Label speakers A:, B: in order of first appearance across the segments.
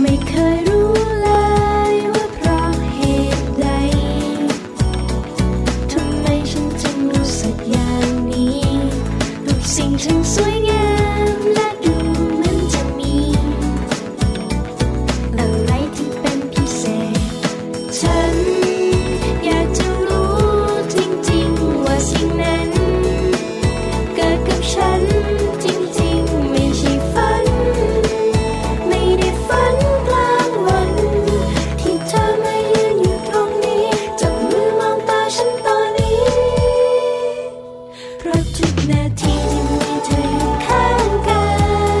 A: ไม่เคยรู้เลยว่าเพราะเหตุใด ทำไมฉันจึงรู้สึกอย่างนี้ทุกสิ่งทั้งสวยงามและดูเหมือนจะมีอะไรที่เป็นพิเศษ ฉันอยากจะรู้จริงๆว่าสิ่งนั้น เกิดกับฉันจริงๆไม่ใช่ฝัน ไม่ได้ฝันกลางวัน ที่เธอมายืนอยู่ตรงนี้จับมือมองตาฉันตอนนี้ เพราะทุกนาทีที่มีเธออยู่ข้างกา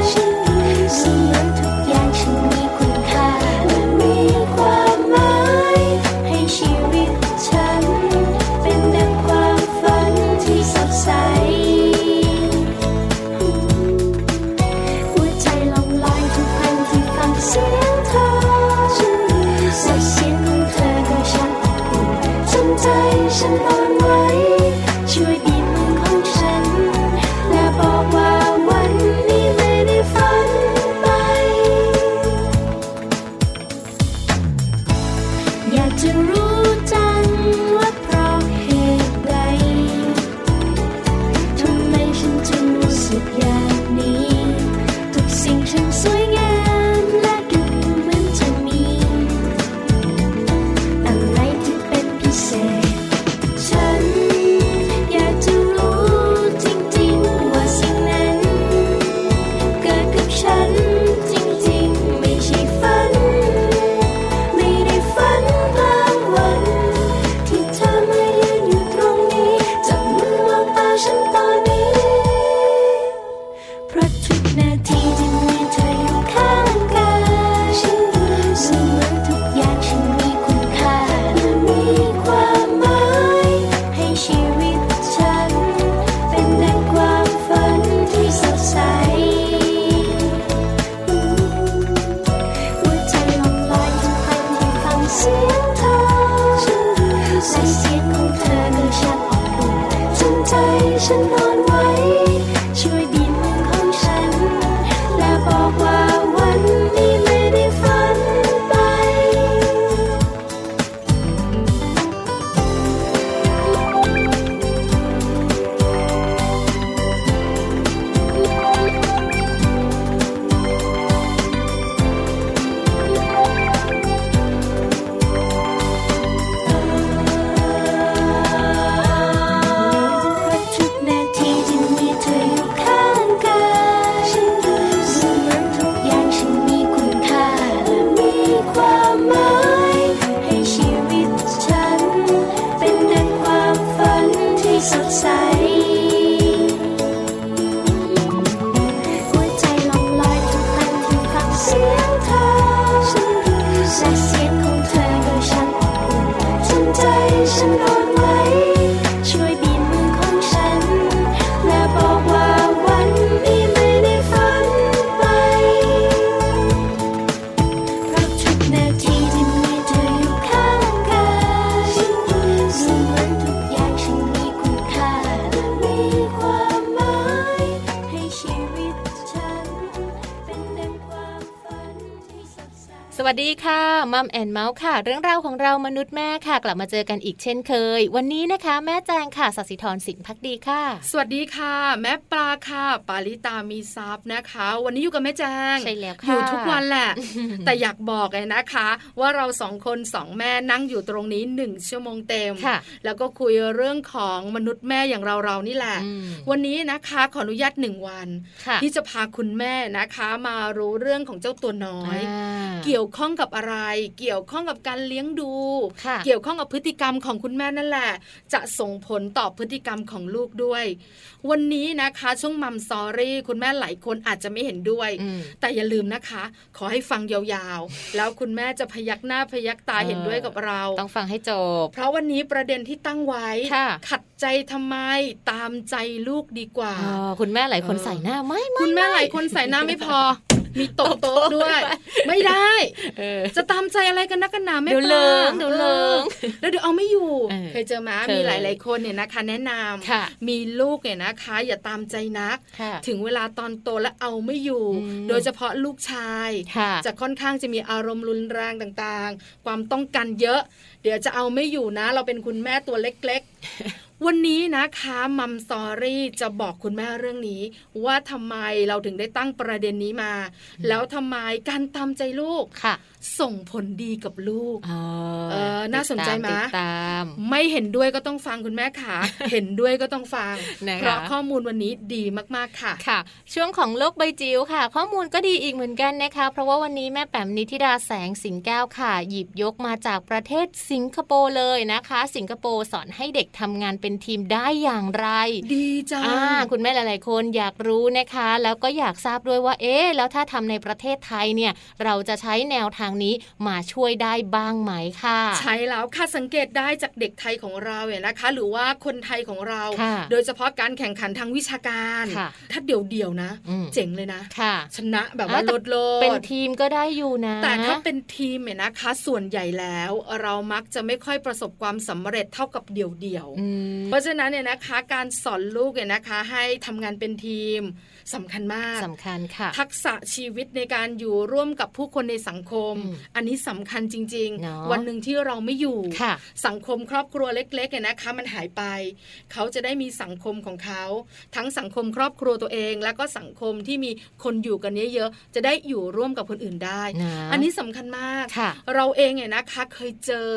A: ยฉันรู้สึกเหมือนทุกอย่างฉันมีคุณค่าและมีความหมาย ให้ชีวิตฉัน เป็นดังความฝันที่สดใส หัวใจลองลอยทุกครั้งที่ฟังเสียงเธอฉันรู้สึกเสียงของเธอกับฉันอบอุ่นฉันใจฉันอ่อนไหวช่วยบีบมือของฉัน และบอกว่าวันนี้ไม่ได้ฝันไป อยากจะรู้จังว่าเพราะเหตุใด ทำไมฉันจึงรู้สึกอย่างนี้ ทุกสิ่งช่างสวยงามและดูเหมือนจะมี อะไรที่เป็นพิเศษ ฉันอยากจะรู้จริงๆว่าสิ่งนั้น เกิดกับฉันจริงๆไม่ใช่ฝัน ไม่ได้ฝันกลางวัน ที่เธอมายืนอยู่ตรงนี้จับมือมองตาฉันตอนนี้ เพราะทุกนาทีที่มีเธออยู่ข้างกายฉันรู้สึกเหมือนทุกอย่างฉันมีคุณค่าและมีความหมาย ให้ชีวิตฉัน เป็นดังความฝันที่สดใส หัวใจลองลอยทุกครั้งที่ฟังเสียงเธอฉันรู้สึกเสียงของเธอกับฉันอบอุ่นฉันใจฉันนอนไหว้ ช่วยบีบมือของฉัน และบอกว่าวันนี้ไม่ได้ฝันไป เพราะทุกนาทีที่มีเธออยู่ข้างกายฉันรู้สึกเหมือนทุกอย่างฉันมีคุณค่าและมีความหมาย ให้ชีวิตฉัน เป็นดังความฝันที่สดใส หัวใจลองลอยทุกครั้งที่ฟังเสียงเธอ ฉันรู้สึกเสียงของเธอกับฉันอบอุ่นฉันใจฉันนอนไหว้ ช่วยบีบมือของฉัน และบอกว่าวันนี้ไม่ได้ฝันไป เพราะทุกนาทีที่มีเธออยู่ข้างกายฉันรู้สึกเหมือนทุกอย่างฉันมีคุณค่าและมีความหมาย ให้ชีวิตฉัน เป็นดังความฝันที่สดใส
B: สวัสดีค่ะมัมแอนเมาส์ค่ะ เรื่องราวของเรามนุษย์แม่ค่ะ กลับมาเจอกันอีกเช่นเคย วันนี้นะคะ แม่แจงค่ะสัสิธรสินพักดีค่ะ
C: สวัสดีค่ะ แม่ปลาค่ะ ปาริตามีซับนะคะ วันนี้อยู่กับแม่แจง
B: ใช่แล้วค่ะ
C: อยู่ทุกวันแหละ แต่อยากบอกเลยนะคะ ว่าเราสองคนสองแม่นั่งอยู่ตรงนี้หนึ่งชั่วโมงเต็ม
B: ค่ะ
C: แล้วก็คุยเรื่องของมนุษย์แม่อย่างเราเราๆนี่แหละ
B: อืม
C: วันนี้นะคะขออนุญาตหนึ่งวัน
B: ค่ะ
C: ที่จะพาคุณแม่นะคะ มารู้เรื่องของเจ้าตัวน้อย
B: อ่า
C: เกี่ยวข้องกับอะไร เกี่ยวข้องกับการเลี้ยงดู
B: ค่ะ
C: เกี่ยวข้องกับพฤติกรรมของคุณแม่นั่นแหละ จะส่งผลต่อพฤติกรรมของลูกด้วย วันนี้นะคะช่วงมัมซอรี่คุณแม่หลายคนอาจจะไม่เห็นด้วย
B: อืม
C: แต่อย่าลืมนะคะ ขอให้ฟังยาวๆ แล้วคุณแม่จะพยักหน้าพยักตา
B: เออ
C: เห็นด้วยกับเรา
B: ต้องฟังให้จบ
C: เพราะวันนี้ประเด็นที่ตั้งไว้
B: ค่ะ
C: ขัดใจทำไมตามใจลูกดีกว่า
B: เออคุณแม่หลายคน
C: เออ
B: ใส่หน้าไม่ไม่
C: คุณแม่หลายคนใส่หน้าไม่พอ มีตบโต๊ะด้วย ไม่ได้
B: เออ
C: จะตามใจอะไรกันนักกันหนาแม่
B: เดี๋ยว
C: ปา
B: เลิงเดี๋ยวเลิง
C: ออแล้วเดี๋ยวเอาไม่อยู่
B: เออ
C: เคยเจอไหมา
B: เคย
C: มีหลายๆคนเนี่ยนะคะ แนะนำ
B: ค่ะ
C: มีลูกเนี่ยนะคะ อย่าตามใจนัก
B: ค่ะ
C: ถึงเวลาตอนโตแล้วเอาไม่อยู่
B: อืม
C: โดยเฉพาะลูกชาย
B: ค่ะ
C: จะค่อนข้างจะมีอารมณ์รุนแรงต่างๆ ความต้องการเยอะ เดี๋ยวจะเอาไม่อยู่นะ เราเป็นคุณแม่ตัวเล็กๆ วันนี้นะคะมัมสอรี่จะบอกคุณแม่เรื่องนี้ ว่าทำไมเราถึงได้ตั้งประเด็นนี้มา แล้วทำไมการตามใจลูก
B: ค่ะ
C: ส่งผลดีกับลูก
B: เออ
C: เออน่าสนใจไหม
B: ติดตาม
C: ไม่เห็นด้วยก็ต้องฟังคุณแม่ ค่ะ เห็นด้วยก็ต้องฟัง
B: นะคะ
C: เพราะข้อมูลวันนี้ดีมากๆค่ะ
B: ค่ะ ช่วงของโลกใบจิ๋วค่ะ ข้อมูลก็ดีอีกเหมือนกันนะคะ เพราะว่าวันนี้แม่แปมนิธิดาแสงสิงแก้วค่ะ หยิบยกมาจากประเทศสิงคโปร์เลยนะคะ สิงคโปร์สอนให้เด็กทำงานเป็นทีมได้อย่างไร
C: ดีจัง
B: อ่าคุณแม่หลาย ๆ คนอยากรู้นะคะ แล้วก็อยากทราบด้วยว่า เอ๊ะแล้วถ้าทำในประเทศไทยเนี่ย เราจะใช้แนวทางนี้มาช่วยได้บ้างไหมค่ะ
C: ใช้แล้วค่ะสังเกตได้จากเด็กไทยของเราเนี่ยนะคะ หรือว่าคนไทยของเรา
B: ค่ะ
C: โดยเฉพาะการแข่งขันทางวิชาการ
B: ค่ะ
C: ถ้าเดี่ยวเดียวๆนะ
B: อืม
C: เจ๋งเลยนะ
B: ค่ะ
C: ชนะแบบว่า
B: อ่าแต่
C: ลดโลด
B: เป็นทีมก็ได้อยู่นะ
C: แต่ถ้าเป็นทีมเนี่ยนะคะ ส่วนใหญ่แล้วเรามักจะไม่ค่อยประสบความสำเร็จเท่ากับเดี่ยวเดียวๆ
B: อืม
C: เพราะฉะนั้นเนี่ยนะคะการสอนลูกเนี่ยนะคะ ให้ทำงานเป็นทีมสำคัญมาก
B: สำคัญค่ะ
C: ทักษะชีวิตในการอยู่ร่วมกับผู้คนในสังคม
B: อืม
C: อันนี้สำคัญจริง
B: เนอะ
C: ๆ วันหนึ่งที่เราไม่อยู่
B: ค่ะ
C: สังคมครอบครัวเล็กๆเนี่ยนะคะ มันหายไป เขาจะได้มีสังคมของเขา ทั้งสังคมครอบครัวตัวเอง แล้วก็สังคมที่มีคนอยู่กันเยอะๆจะได้อยู่ร่วมกับคนอื่นได้
B: นะ
C: อันนี้สำคัญมาก
B: ค่ะ
C: เราเองเนี่ยนะคะเคยเจอ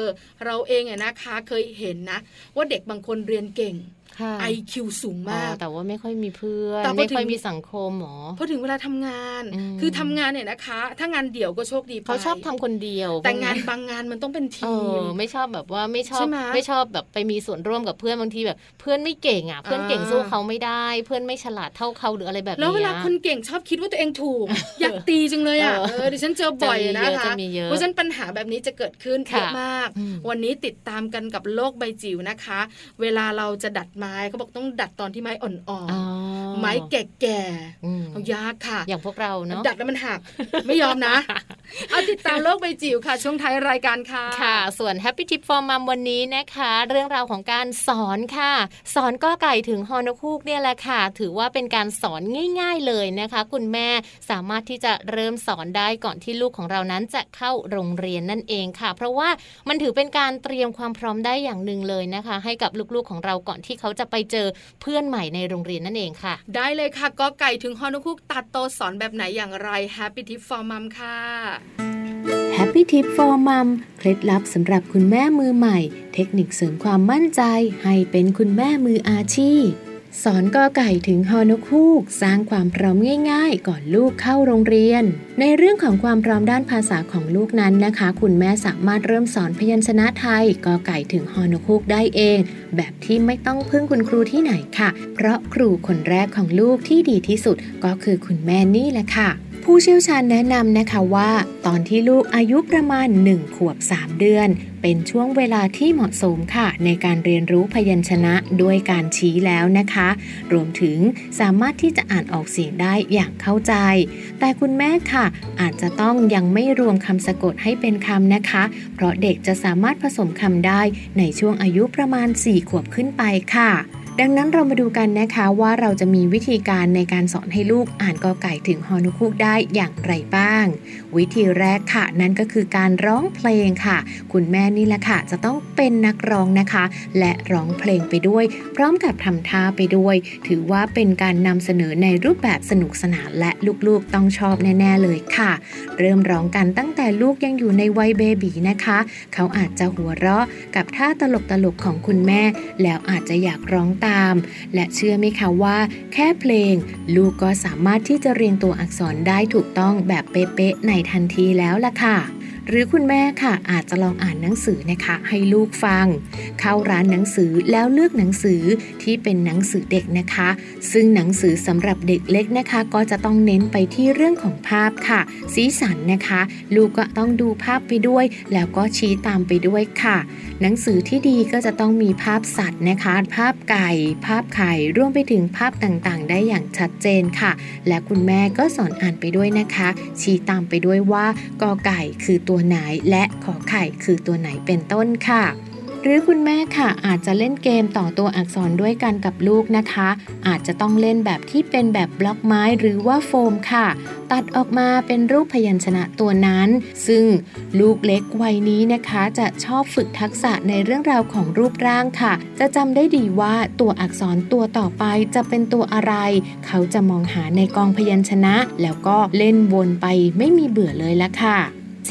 C: เราเองเนี่ยนะคะเคยเห็นนะ ว่าเด็กบางคนเรียนเก่ง
B: ค่ะ
C: IQ สูงมาก
B: อ๋อแต่ว่าไม่ค่อยมีเพื่อน
C: แต่พอถึง
B: ไม่ค่อยมีสังคมหมอ
C: พอถึงเวลาทำงาน
B: อืม
C: คือทำงานเนี่ยนะคะ ถ้างานเดี่ยวก็โชคดีไป
B: เขาชอบทำคนเดียว
C: แต่งาน
B: พวก
C: บางงานมันต้องเป็น
B: เอ
C: ทีม
B: อไม่ชอบแบบว่าไม่ชอ
C: ใช่
B: บ
C: ไหม
B: ไม่ชอบแบบไปมีส่วนร่วมกับเพื่อนบางทีแบบ เพื่อนไม่เก่งอ่ะเพื่อน
C: อ่า
B: เก่งสู้เขาไม่ได้ เพื่อนไม่ฉลาดเท่าเขาหรืออะไรแบบนี้ย
C: แล้วเวลาคนเก่งชอบคิดว่าตัวเองถู ก อยากตีจังเลยอ่ะ
B: เออ
C: เออดิฉันเจอบ่อย
B: จะมี
C: นะ
B: เยอะ
C: คะ
B: จะมีเยอะ
C: เพราะฉะนั้นปัญหาแบบนี้จะเกิดขึ้น
B: ค่ะ
C: เยอะมาก
B: อืม
C: วันนี้ติดตามกันกับโลกใบจิ๋วนะคะ เวลาเราจะดัดไม้เขาบอกต้องดัดตอนที่ไม้อ่อน
B: อ๋อ
C: ๆไม้แก่
B: อืม
C: ๆเอายากค่ะ
B: อย่างพวกเราเนาะ
C: ดัดแล้วมันหัก ไม่ยอมนะ เอาติดตามโลกใบจิ๋วค่ะ ช่วงท้ายรายการค่ะ
B: ค่ะ ส่วน Happy Tip for Mom วันนี้นะคะ เรื่องราวของการสอนค่ะ สอนก็ไก่ถึงฮอนคูกเนี่ยแหละค่ะ ถือว่าเป็นการสอนง่าย ๆเลยนะคะ คุณแม่สามารถที่จะเริ่มสอนได้ก่อนที่ลูกของเรานั้นจะเข้าโรงเรียนนั่นเองค่ะ เพราะว่ามันถือเป็นการเตรียมความพร้อมได้อย่างหนึ่งเลยนะคะ ให้กับลูกๆของเราก่อนที่เขาจะไปเจอเพื่อนใหม่ในโรงเรียนนั่นเองค่ะ
C: ได้เลยค่ะก็ไก่ถึงฮอนุคุกตัดโตสอนแบบไหนอย่างไร Happy Tip for Mom ค่ะ
D: h a p p y Tip for Mom เคล็ดลับสำหรับคุณแม่มือใหม่ เทคนิคเสริมความมั่นใจ ให้เป็นคุณแม่มืออาชีพ สอนกอไก่ถึงฮอนกฮูก สร้างความพร้อมง่ายๆ ก่อนลูกเข้าโรงเรียน ในเรื่องของความพร้อมด้านภาษาของลูกนั้นนะคะ คุณแม่สามารถเริ่มสอนพยัญชนะไทยกอไก่ถึงฮอนกฮูกได้เอง แบบที่ไม่ต้องพึ่งคุณครูที่ไหนค่ะ เพราะครูคนแรกของลูกที่ดีที่สุดก็คือคุณแม่นี่แหละค่ะ ผู้เชี่ยวชาญแนะนำนะคะว่า ตอนที่ลูกอายุประมาณ 1 ขวบ 3 เดือน เป็นช่วงเวลาที่เหมาะสมค่ะ ในการเรียนรู้พยัญชนะด้วยการชี้แล้วนะคะ รวมถึงสามารถที่จะอ่านออกเสียงได้อย่างเข้าใจ แต่คุณแม่ค่ะ อาจจะต้องยังไม่รวมคำสะกดให้เป็นคำนะคะ เพราะเด็กจะสามารถผสมคำได้ในช่วงอายุประมาณ 4 ขวบขึ้นไปค่ะ ดังนั้นเรามาดูกันนะคะว่าเราจะมีวิธีการในการสอนให้ลูกอ่านกอไก่ถึงฮอนุคูกได้อย่างไรบ้าง วิธีแรกค่ะ นั่นก็คือการร้องเพลงค่ะ คุณแม่นี่แหละค่ะ จะต้องเป็นนักร้องนะคะ และร้องเพลงไปด้วย พร้อมกับทำท่าไปด้วย ถือว่าเป็นการนำเสนอในรูปแบบสนุกสนานและลูกๆต้องชอบแน่ๆเลยค่ะ เริ่มร้องกันตั้งแต่ลูกยังอยู่ในวัยเบบีนะคะ เขาอาจจะหัวเราะกับท่าตลกๆของคุณแม่ แล้วอาจจะอยากร้องตาม และเชื่อไหมคะว่า แค่เพลง ลูกก็สามารถที่จะเรียงตัวอักษรได้ถูกต้องแบบเป๊ะๆในทันทีแล้วล่ะค่ะ หรือคุณแม่ค่ะ อาจจะลองอ่านหนังสือนะคะ ให้ลูกฟัง เข้าร้านหนังสือแล้วเลือกหนังสือที่เป็นหนังสือเด็กนะคะ ซึ่งหนังสือสำหรับเด็กเล็กนะคะ ก็จะต้องเน้นไปที่เรื่องของภาพค่ะ สีสันนะคะ ลูกก็ต้องดูภาพไปด้วย แล้วก็ชี้ตามไปด้วยค่ะ หนังสือที่ดีก็จะต้องมีภาพสัตว์นะคะ ภาพไก่ ภาพไข่รวมไปถึงภาพต่างๆ ได้อย่างชัดเจนค่ะ และคุณแม่ก็สอนอ่านไปด้วยนะคะ ชี้ตามไปด้วยว่ากอไก่คือตัวไหนและขอไข่คือตัวไหนเป็นต้นค่ะ หรือคุณแม่ค่ะอาจจะเล่นเกมต่อตัวอักษรด้วยกันกับลูกนะคะ อาจจะต้องเล่นแบบที่เป็นแบบบล็อกไม้หรือว่าโฟมค่ะ ตัดออกมาเป็นรูปพยัญชนะตัวนั้น ซึ่งลูกเล็กวัยนี้นะคะ จะชอบฝึกทักษะในเรื่องราวของรูปร่างค่ะ จะจำได้ดีว่าตัวอักษรตัวต่อไปจะเป็นตัวอะไร เขาจะมองหาในกองพยัญชนะ แล้วก็เล่นวนไปไม่มีเบื่อเลยละค่ะ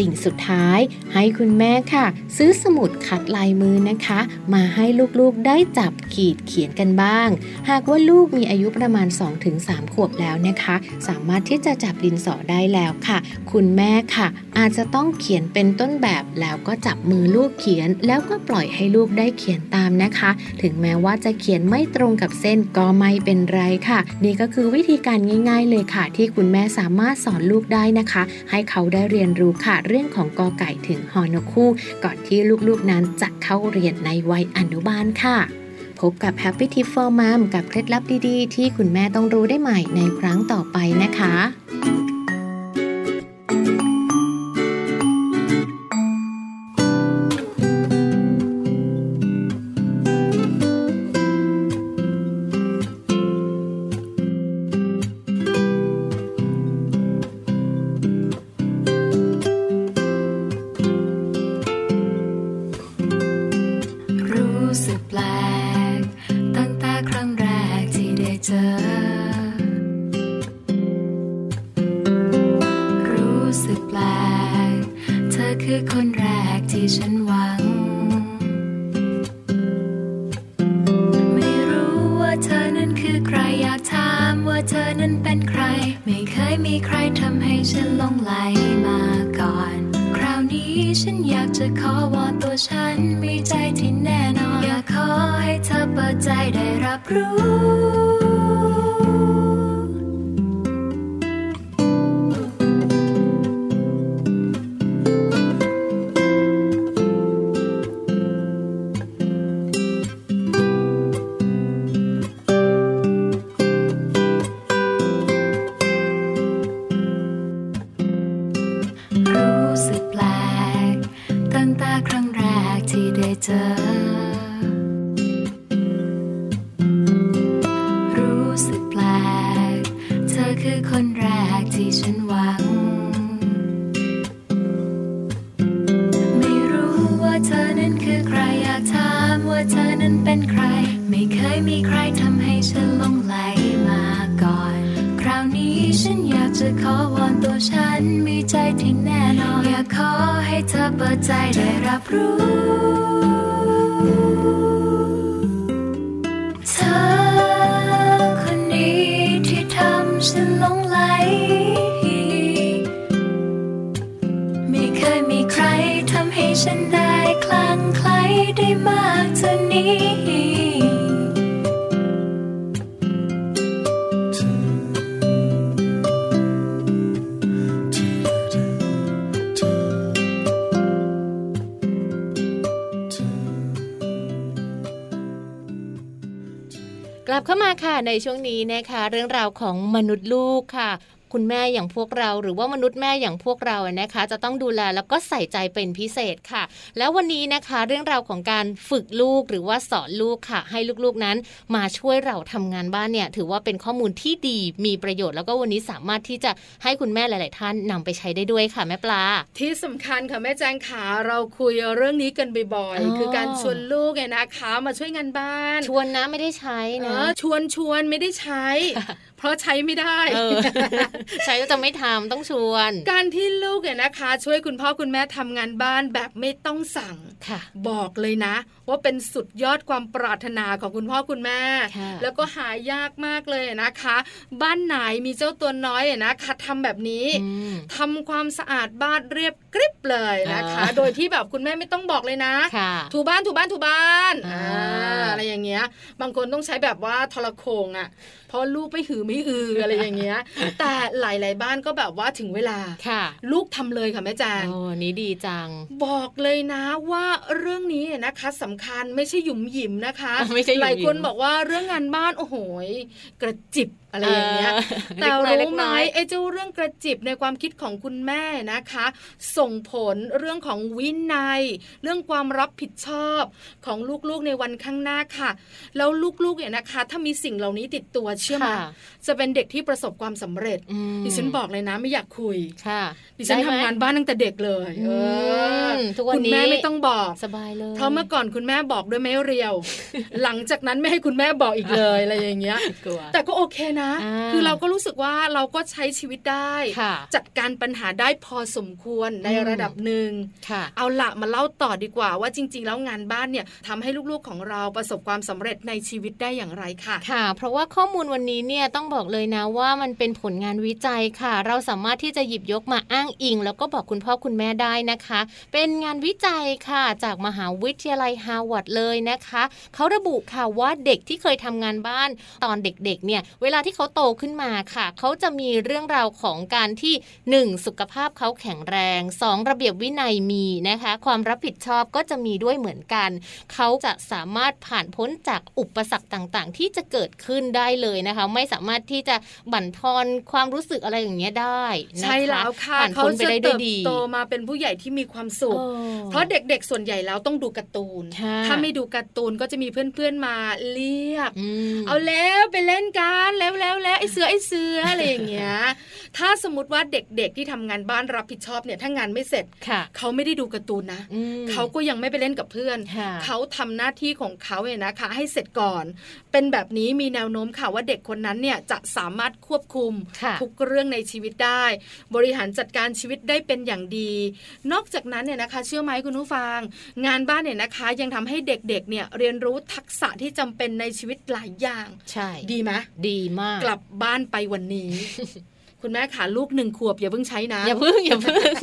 D: สิ่งสุดท้ายให้คุณแม่ค่ะ ซื้อสมุดคัดลายมือนะคะ มาให้ลูกๆได้จับขีดเขียนกันบ้าง หากว่าลูกมีอายุประมาณ 2-3 ขวบแล้วนะคะ สามารถที่จะจับดินสอได้แล้วค่ะ คุณแม่ค่ะ อาจจะต้องเขียนเป็นต้นแบบแล้วก็จับมือลูกเขียน แล้วก็ปล่อยให้ลูกได้เขียนตามนะคะ ถึงแม้ว่าจะเขียนไม่ตรงกับเส้นก็ไม่เป็นไรค่ะ นี่ก็คือวิธีการง่าย ๆ เลยค่ะ ที่คุณแม่สามารถสอนลูกได้นะคะ ให้เขาได้เรียนรู้ค่ะ เรื่องของกอไก่ถึงฮอนกคู่ก่อนที่ลูกๆนั้นจะเข้าเรียนในวัยอนุบาลค่ะ พบกับ Happy Tip for Mom กับเคล็ดลับดีๆ ที่คุณแม่ต้องรู้ได้ใหม่ในครั้งต่อไปนะคะ
E: รู้สึกแปลก ตั้งแต่ครั้งแรกที่ได้เจอ รู้สึกแปลก เธอคือคนแรกที่ฉันหวัง ไม่รู้ว่าเธอนั้นคือใครอยากถามว่าเธอนั้นเป็นใคร ไม่เคยมีใครทำให้ฉันหลงไหลมาก่อน คราวนี้ฉันอยากจะขอวอนตัวฉันมีใจที่แน่นอน อยากขอให้เธอเปิดใจได้รับรู้ รู้สึกแปลก ตั้งแต่ครั้งแรกที่ได้เจอ รู้สึกแปลก เธอคือคนแรกที่ฉันหวัง ไม่รู้ว่าเธอนั้นคือใครอยากถามว่าเธอนั้นเป็นใคร ไม่เคยมีใครทำให้ฉันหลงไหลมาก่อน คราวนี้ฉันอยากจะขอวอนตัวฉันมีใจที่แน่นอน อยากขอให้เธอเปิดใจได้รับรู้ เธอคนนี้ที่ทำฉันหลงไหล ไม่เคยมีใครทำให้ฉันได้คลั่งไคล้ได้มากเท่านี้
B: กลับเข้ามาค่ะในช่วงนี้นะคะ เรื่องราวของมนุษย์ลูกค่ะ คุ คุณแม่อย่างพวกเรา หรือว่ามนุษย์แม่อย่างพวกเราอะนะคะ จะต้องดูแลแล้วก็ใส่ใจเป็นพิเศษค่ะ แล้ววันนี้นะคะเรื่องราวของการฝึกลูกหรือว่าสอนลูกค่ะ ให้ลูกๆนั้นมาช่วยเราทำงานบ้านเนี่ย ถือว่าเป็นข้อมูลที่ดีมีประโยชน์ แล้วก็วันนี้สามารถที่จะให้คุณแม่หลาย ๆ ท่านนำไปใช้ได้ด้วยค่ะแม่ปลา
C: ที่สำคัญค่ะแม่แจงขาเราคุยเรื่องนี้กันบ่อย
B: อ๋อ
C: ๆ คือการชวนลูกไงนะคะมาช่วยงานบ้าน
B: ชวนนะไม่ได้ใช้
C: เอ
B: นะ
C: อชวนชวนไม่ได้ใช้ เพราะใช้ไม่ได้
B: เออ ใช้ก็จะไม่ทำต้องชวน
C: การที่ลูกเนี่ยนะคะ ช่วยคุณพ่อคุณแม่ทำงานบ้านแบบไม่ต้องสั่ง
B: ค่ะ
C: บอกเลยนะ ว่าเป็นสุดยอดความปรารถนาของคุณพ่อคุณแม่
B: ค่ะ
C: แล้วก็หายากมากเลยนะคะ บ้านไหนมีเจ้าตัวน้อยอะนะคะทำแบบนี้
B: อืม
C: ทำความสะอาดบ้านเรียบกริบเลยนะคะ
B: อ่า
C: โดยที่แบบคุณแม่ไม่ต้องบอกเลยนะ
B: ค่ะ
C: ถูบ้านถูบ้านถูบ้าน
B: อ่า
C: อาอะไรอย่างเงี้ย บางคนต้องใช้แบบว่าทรโคงอะ่ะ เพราะลูกไม่หือไม่อือ อะไรอย่างเงี้ย แต่หลาย ๆ บ้านก็แบบว่าถึงเวลา
B: ค่ะ
C: ลูกทำเลยค่ะแม่แจง
B: โอ้นี้ดีจัง
C: บอกเลยนะว่าเรื่องนี้เนี่ยนะคะสำคัญไม่ใช่หยุมหยิมนะคะ
B: ไม่ใช่หยุมหยิม
C: หลายคนบอกว่าเรื่องงานบ้านโอ้โหยกระจิบอะไรอย่างเงี้ย แต่
B: เล็
C: รู้
B: ก
C: ไหม
B: น้อย
C: ไอ้เจ้าเรื่องกระจิบในความคิดของคุณแม่นะคะ ส่งผลเรื่องของวินัย เรื่องความรับผิดชอบของลูกๆในวันข้างหน้าค่ะ แล้วลูกๆเนี่ยนะคะ ถ้ามีสิ่งเหล่านี้ติดตัวเชื่อไหม
B: ค่ะ
C: จะเป็นเด็กที่ประสบความสำเร็จ
B: อืม
C: ดิฉันบอกเลยนะไม่อยากคุย
B: ค่ะ
C: ดิฉัน
B: ได้ไหม
C: ทำงานบ้านตั้งแต่เด็กเลยเออ
B: มทุกวัน
C: คุณ
B: นี้
C: แม่ไม่ต้องบอก
B: สบายเลย
C: เพราะเมื่อก่อนคุณแม่บอกด้วยไม้เรียว หลังจากนั้นไม่ให้คุณแม่บอกอีกเลยอะไรอย่างเงี้ย
B: กลัว
C: แต่ก็โอเคนะ
B: อ่า
C: คือเราก็รู้สึกว่าเราก็ใช้ชีวิตได้
B: ค่ะ
C: จัดการปัญหาได้พอสมควรใน
B: อืม
C: ระดับหนึ่ง
B: ค่ะ
C: เอาละมาเล่าต่อดีกว่า ว่าจริง ๆ แล้วงานบ้านเนี่ยทำให้ลูกๆของเราประสบความสำเร็จในชีวิตได้อย่างไรค่ะ
B: ค่ะ เพราะว่าข้อมูลวันนี้เนี่ยต้องบอกเลยนะว่ามันเป็นผลงานวิจัยค่ะ เราสามารถที่จะหยิบยกมาอ้างอิง แล้วก็บอกคุณพ่อคุณแม่ได้นะคะ เป็นงานวิจัยค่ะ จากมหาวิทยาลัยฮาร์วาร์ดเลยนะคะเขาระบุค่ะว่าเด็กที่เคยทำงานบ้านตอนเด็กๆเนี่ยเวลาที่เขาโตขึ้นมาค่ะเขาจะมีเรื่องราวของการที่ 1 สุขภาพเขาแข็งแรง 2 ระเบียบวินัยมีนะคะ ความรับผิดชอบก็จะมีด้วยเหมือนกัน เขาจะสามารถผ่านพ้นจากอุปสรรคต่างๆ ที่จะเกิดขึ้นได้เลยนะคะ ไม่สามารถที่จะบั่นทอนความรู้สึกอะไรอย่างเงี้ยได้นะคะ
C: ใช่แล้วค่ะ
B: ผ่าน
C: เขา
B: พ้นไป
C: จะ
B: ได้ด้ว
C: เติ
B: ย
C: บ
B: ดี
C: โตมาเป็นผู้ใหญ่ที่มีความสุข
B: โอ้
C: เพราะเด็กๆส่วนใหญ่แล้วต้องดูการ์ตูน
B: ค่ะ
C: ถ้าไม่ดูการ์ตูนก็จะมีเพื่อนๆมาเรียก
B: อืม
C: เอาแล้วไปเล่นกันแล้วแล้วแล้วไอ้เสือไอ้เสืออะไรอย่างเงี้ ย ถ้าสมมติว่าเด็กๆที่ทำงานบ้านรับผิดชอบเนี่ยถ้างานไม่เสร็จ
B: ค่ะ
C: เขาไม่ได้ดูการ์ตูนนะ
B: อืม
C: เขาก็ยังไม่ไปเล่นกับเพื่อน
B: ค่ะ
C: เขาทำหน้าที่ของเขาเนี่ยนะคะ ให้เสร็จก่อน เป็นแบบนี้มีแนวโน้มค่ะว่าเด็กคนนั้นเนี่ยจะสามารถควบคุม
B: ค่ะ
C: ทุกเรื่องในชีวิตได้ บริหารจัดการชีวิตได้เป็นอย่างดี นอกจากนั้นเนี่ยนะคะ เชื่อไหมคุณผู้ฟัง งานบ้านเนี่ยนะคะ ยังทำให้เด็กๆเนี่ยเรียนรู้ทักษะที่จำเป็นในชีวิตหลายอย่าง
B: ใช่
C: ดีไหม
B: ดีมาก
C: กลับบ้านไปวันนี้ คุณแม่ขาลูกหนึ่งขวบอย่าเพิ่งใช้นะ
B: อย่าพึ่งอย่าพึ่ง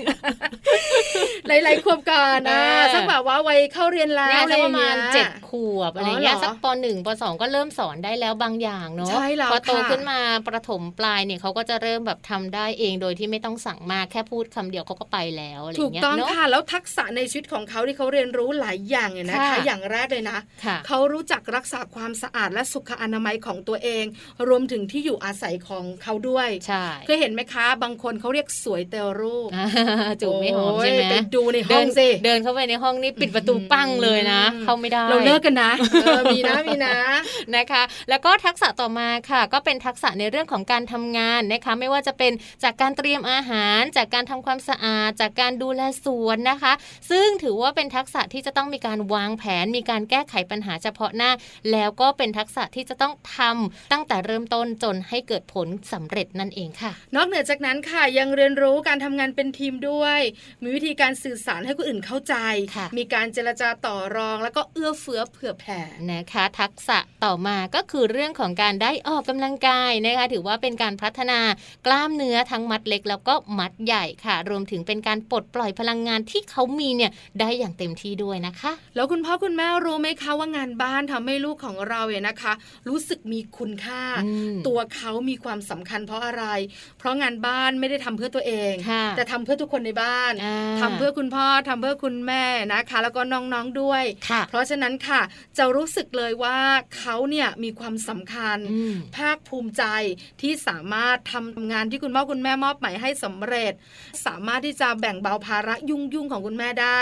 C: หลายๆขวบก่อนนะ
B: เออ
C: สักแบบว่าวัยเข้าเรียนแล้ว
B: น่า
C: อะไร
B: จะ
C: อ
B: ป
C: ย่า
B: ระ
C: ง
B: มา
C: เงี้
B: ณ
C: ย
B: เจ็ดขวบอะไรอย่างเงี้ย
C: อ๋อเหรอ
B: สักปหนึ่งปสองก็เริ่มสอนได้แล้วบางอย่างเนาะ
C: ใช่แล้ว
B: พอโต
C: ค่ะ
B: ขึ้นมาประถมปลายเนี่ยเขาก็จะเริ่มแบบทำได้เองโดยที่ไม่ต้องสั่งมากแค่พูดคำเดียวเขาก็ไปแล้วอะไรอ
C: ถูก
B: ย่างเงี้ย
C: ต้อง
B: เนาะ
C: ค่ะ แล้วทักษะในชีวิตของเขาที่เขาเรียนรู้หลายอย่างเนี่ยนะคะ
B: ค่ะ
C: อย่างแรกเลยนะ
B: ค่ะ
C: เขารู้จักรักษาความสะอาดและสุขอนามัยของตัวเอง รวมถึงที่อยู่อาศัยของเขาด้วย
B: ใช่
C: เคยเห็นไหมคะ บางคนเขาเรียกสวยแต่รูป
B: อ่า จูบไม่หอมใช่ไหม
C: โยไปดูในห้
B: เดิ
C: อง
B: น
C: สิ
B: เดินเข้าไปในห้องนี่ปิดประตู
C: อืม
B: ปั้งเลยนะ เข้าไม่ได้
C: เราเลิกกันนะเออมีนะมีนะ
B: นะคะแล้วก็ทักษะต่อมาค่ะ ก็เป็นทักษะในเรื่องของการทำงานนะคะ ไม่ว่าจะเป็นจากการเตรียมอาหาร จากการทำความสะอาด จากการดูแลสวนนะคะ ซึ่งถือว่าเป็นทักษะที่จะต้องมีการวางแผน มีการแก้ไขปัญหาเฉพาะหน้า แล้วก็เป็นทักษะที่จะต้องทำตั้งแต่เริ่มต้นจนให้เกิดผลสำเร็จนั่นเองค่ะ
C: นอกเหนือจากนั้นค่ะ ยังเรียนรู้การทำงานเป็นทีมด้วย มีวิธีการสื่อสารให้คนอื่นเข้าใจ
B: ค่ะ
C: มีการเจรจาต่อรอง แล้วก็เอื้อเฟื้อเผื่อแผ่
B: นะคะทักษะต่อมาก็คือเรื่องของการได้ออกกำลังกายนะคะถือว่าเป็นการพัฒนากล้ามเนื้อทั้งมัดเล็ก แล้วก็มัดใหญ่ค่ะ รวมถึงเป็นการปลดปล่อยพลังงานที่เขามีเนี่ยได้อย่างเต็มที่ด้วยนะคะ
C: แล้วคุณพ่อคุณแม่รู้ไหมคะว่างานบ้านทำให้ลูกของเราเนี่ยนะคะ รู้สึกมีคุณค่า
B: อืม
C: ตัวเขามีความสำคัญเพราะอะไร เพราะงานบ้านไม่ได้ทำเพื่อตัวเอง
B: ค่ะ
C: แต่ทำเพื่อทุกคนในบ้าน
B: อ่า
C: ทำเพื่อ อคุณพ่อทำเพื่อคุณแม่นะคะ แล้วก็น้องๆด้วย
B: ค่ะ
C: เพราะฉะนั้นค่ะ จะรู้สึกเลยว่าเขาเนี่ยมีความสำคัญ
B: อืม
C: ภาคภูมิใจที่สามารถทำงานที่คุณพ่อคุณแม่มอบหมายให้สำเร็จ สามารถที่จะแบ่งเบาภาระยุ่งยุ่งๆของคุณแม่ได้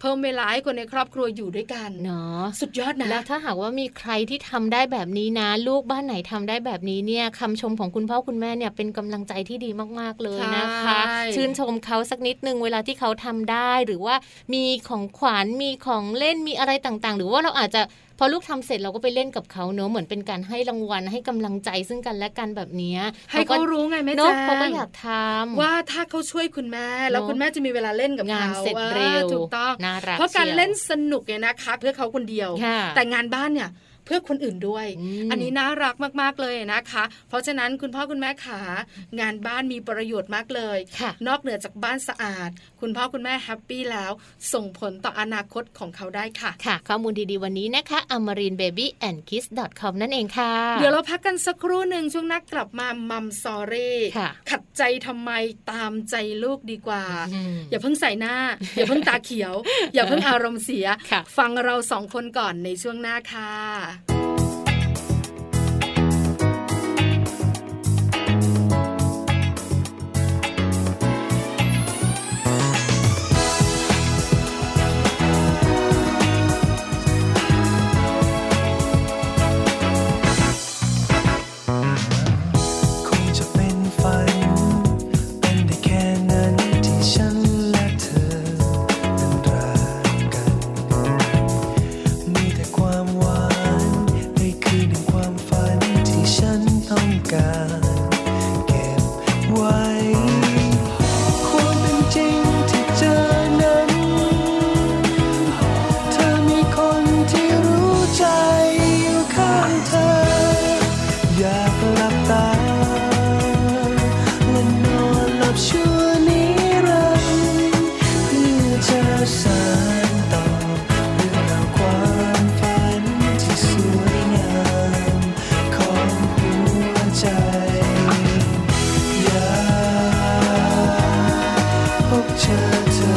C: เพิ่มเวลาให้คนในครอบครัวอยู่ด้วยกัน
B: เนาะ
C: สุดยอดนะ
B: แล้วถ้าหากว่ามีใครที่ทำได้แบบนี้นะ ลูกบ้านไหนทำได้แบบนี้เนี่ยคำชมของคุณพ่อคุณแม่เนี่ยเป็นกำลังใจที่ดีมากๆเลยนะคะ
C: ใช่
B: ชื่นชมเขาสักนิดนึงเวลาที่เขาทำได้หรือว่ามีของขวัญมีของเล่นมีอะไรต่างๆ หรือว่าเราอาจจะพอลูกทำเสร็จเราก็ไปเล่นกับเขาเนอะเหมือนเป็นการให้รางวัลให้กำลังใจซึ่งกันและกันแบบเนี้ย
C: ให้เขา
B: ก็
C: รู้ไงแม่
B: เนอะ
C: แจ้ง
B: เขาก็อยากทำ
C: ว่าถ้าเขาช่วยคุณแม่ แล้ว
B: เนอะ
C: คุณแม่จะมีเวลาเล่นกับ
B: งาน
C: ข
B: เสร็จเร็ว
C: ออถูกต้อง
B: น่ารัก
C: เพราะการ
B: ชียว
C: เล่นสนุกเนี่ยนะคะ เพื่อเขาคนเดียว
B: ค่ะ
C: แต่งานบ้านเนี่ยเพื่อคนอื่นด้วย
B: ม
C: อันนี้น่ารักมากๆเลยนะคะ เพราะฉะนั้นคุณพ่อคุณแม่ขางานบ้านมีประโยชน์มากเลย
B: ค่ะ
C: นอกเหนือจากบ้านสะอาด คุณพ่อคุณแม่แฮปปี้แล้ว ส่งผลต่ออนาคตของเขาได้ค่ะ
B: ค่ะ ข้อมูลดี ๆ วันนี้นะคะ a m a r i n b a b y a n d k i s s c o m นั่นเองค่ะ
C: เดี๋ยวเราพักกันสักครู่หนึ่งช่วงหนักกลับมามัมซอรี่
B: ค่ะ
C: ขัดใจทำไมตามใจลูกดีกว่า
B: อืม
C: อย่าเพิ่งใส่หน้า อย่าเพิ่งตาเขียว อย่าเพิ่งอารมณ์เสีย
B: ค่ะ
C: ฟังเราสองคนก่อนในช่วงหน้าค่ะ
F: คงจะเป็นฝัน เป็นได้แค่นั้นที่ฉันและเธอนั้นรักกัน มีแต่ความหวานในคืนแห่งความฝันที่ฉันต้องการเก็บไว้ ความเป็นจริงที่เจอนั้น เธอมีคนที่รู้ใจอยู่ข้างเธอ อยากหลับตาและนอนหลับชั่วนิรันดร์เพื่อจะสานต่อเรื่องราวความฝันที่สวยงามของหัวใจ อยากพบเจอเธอ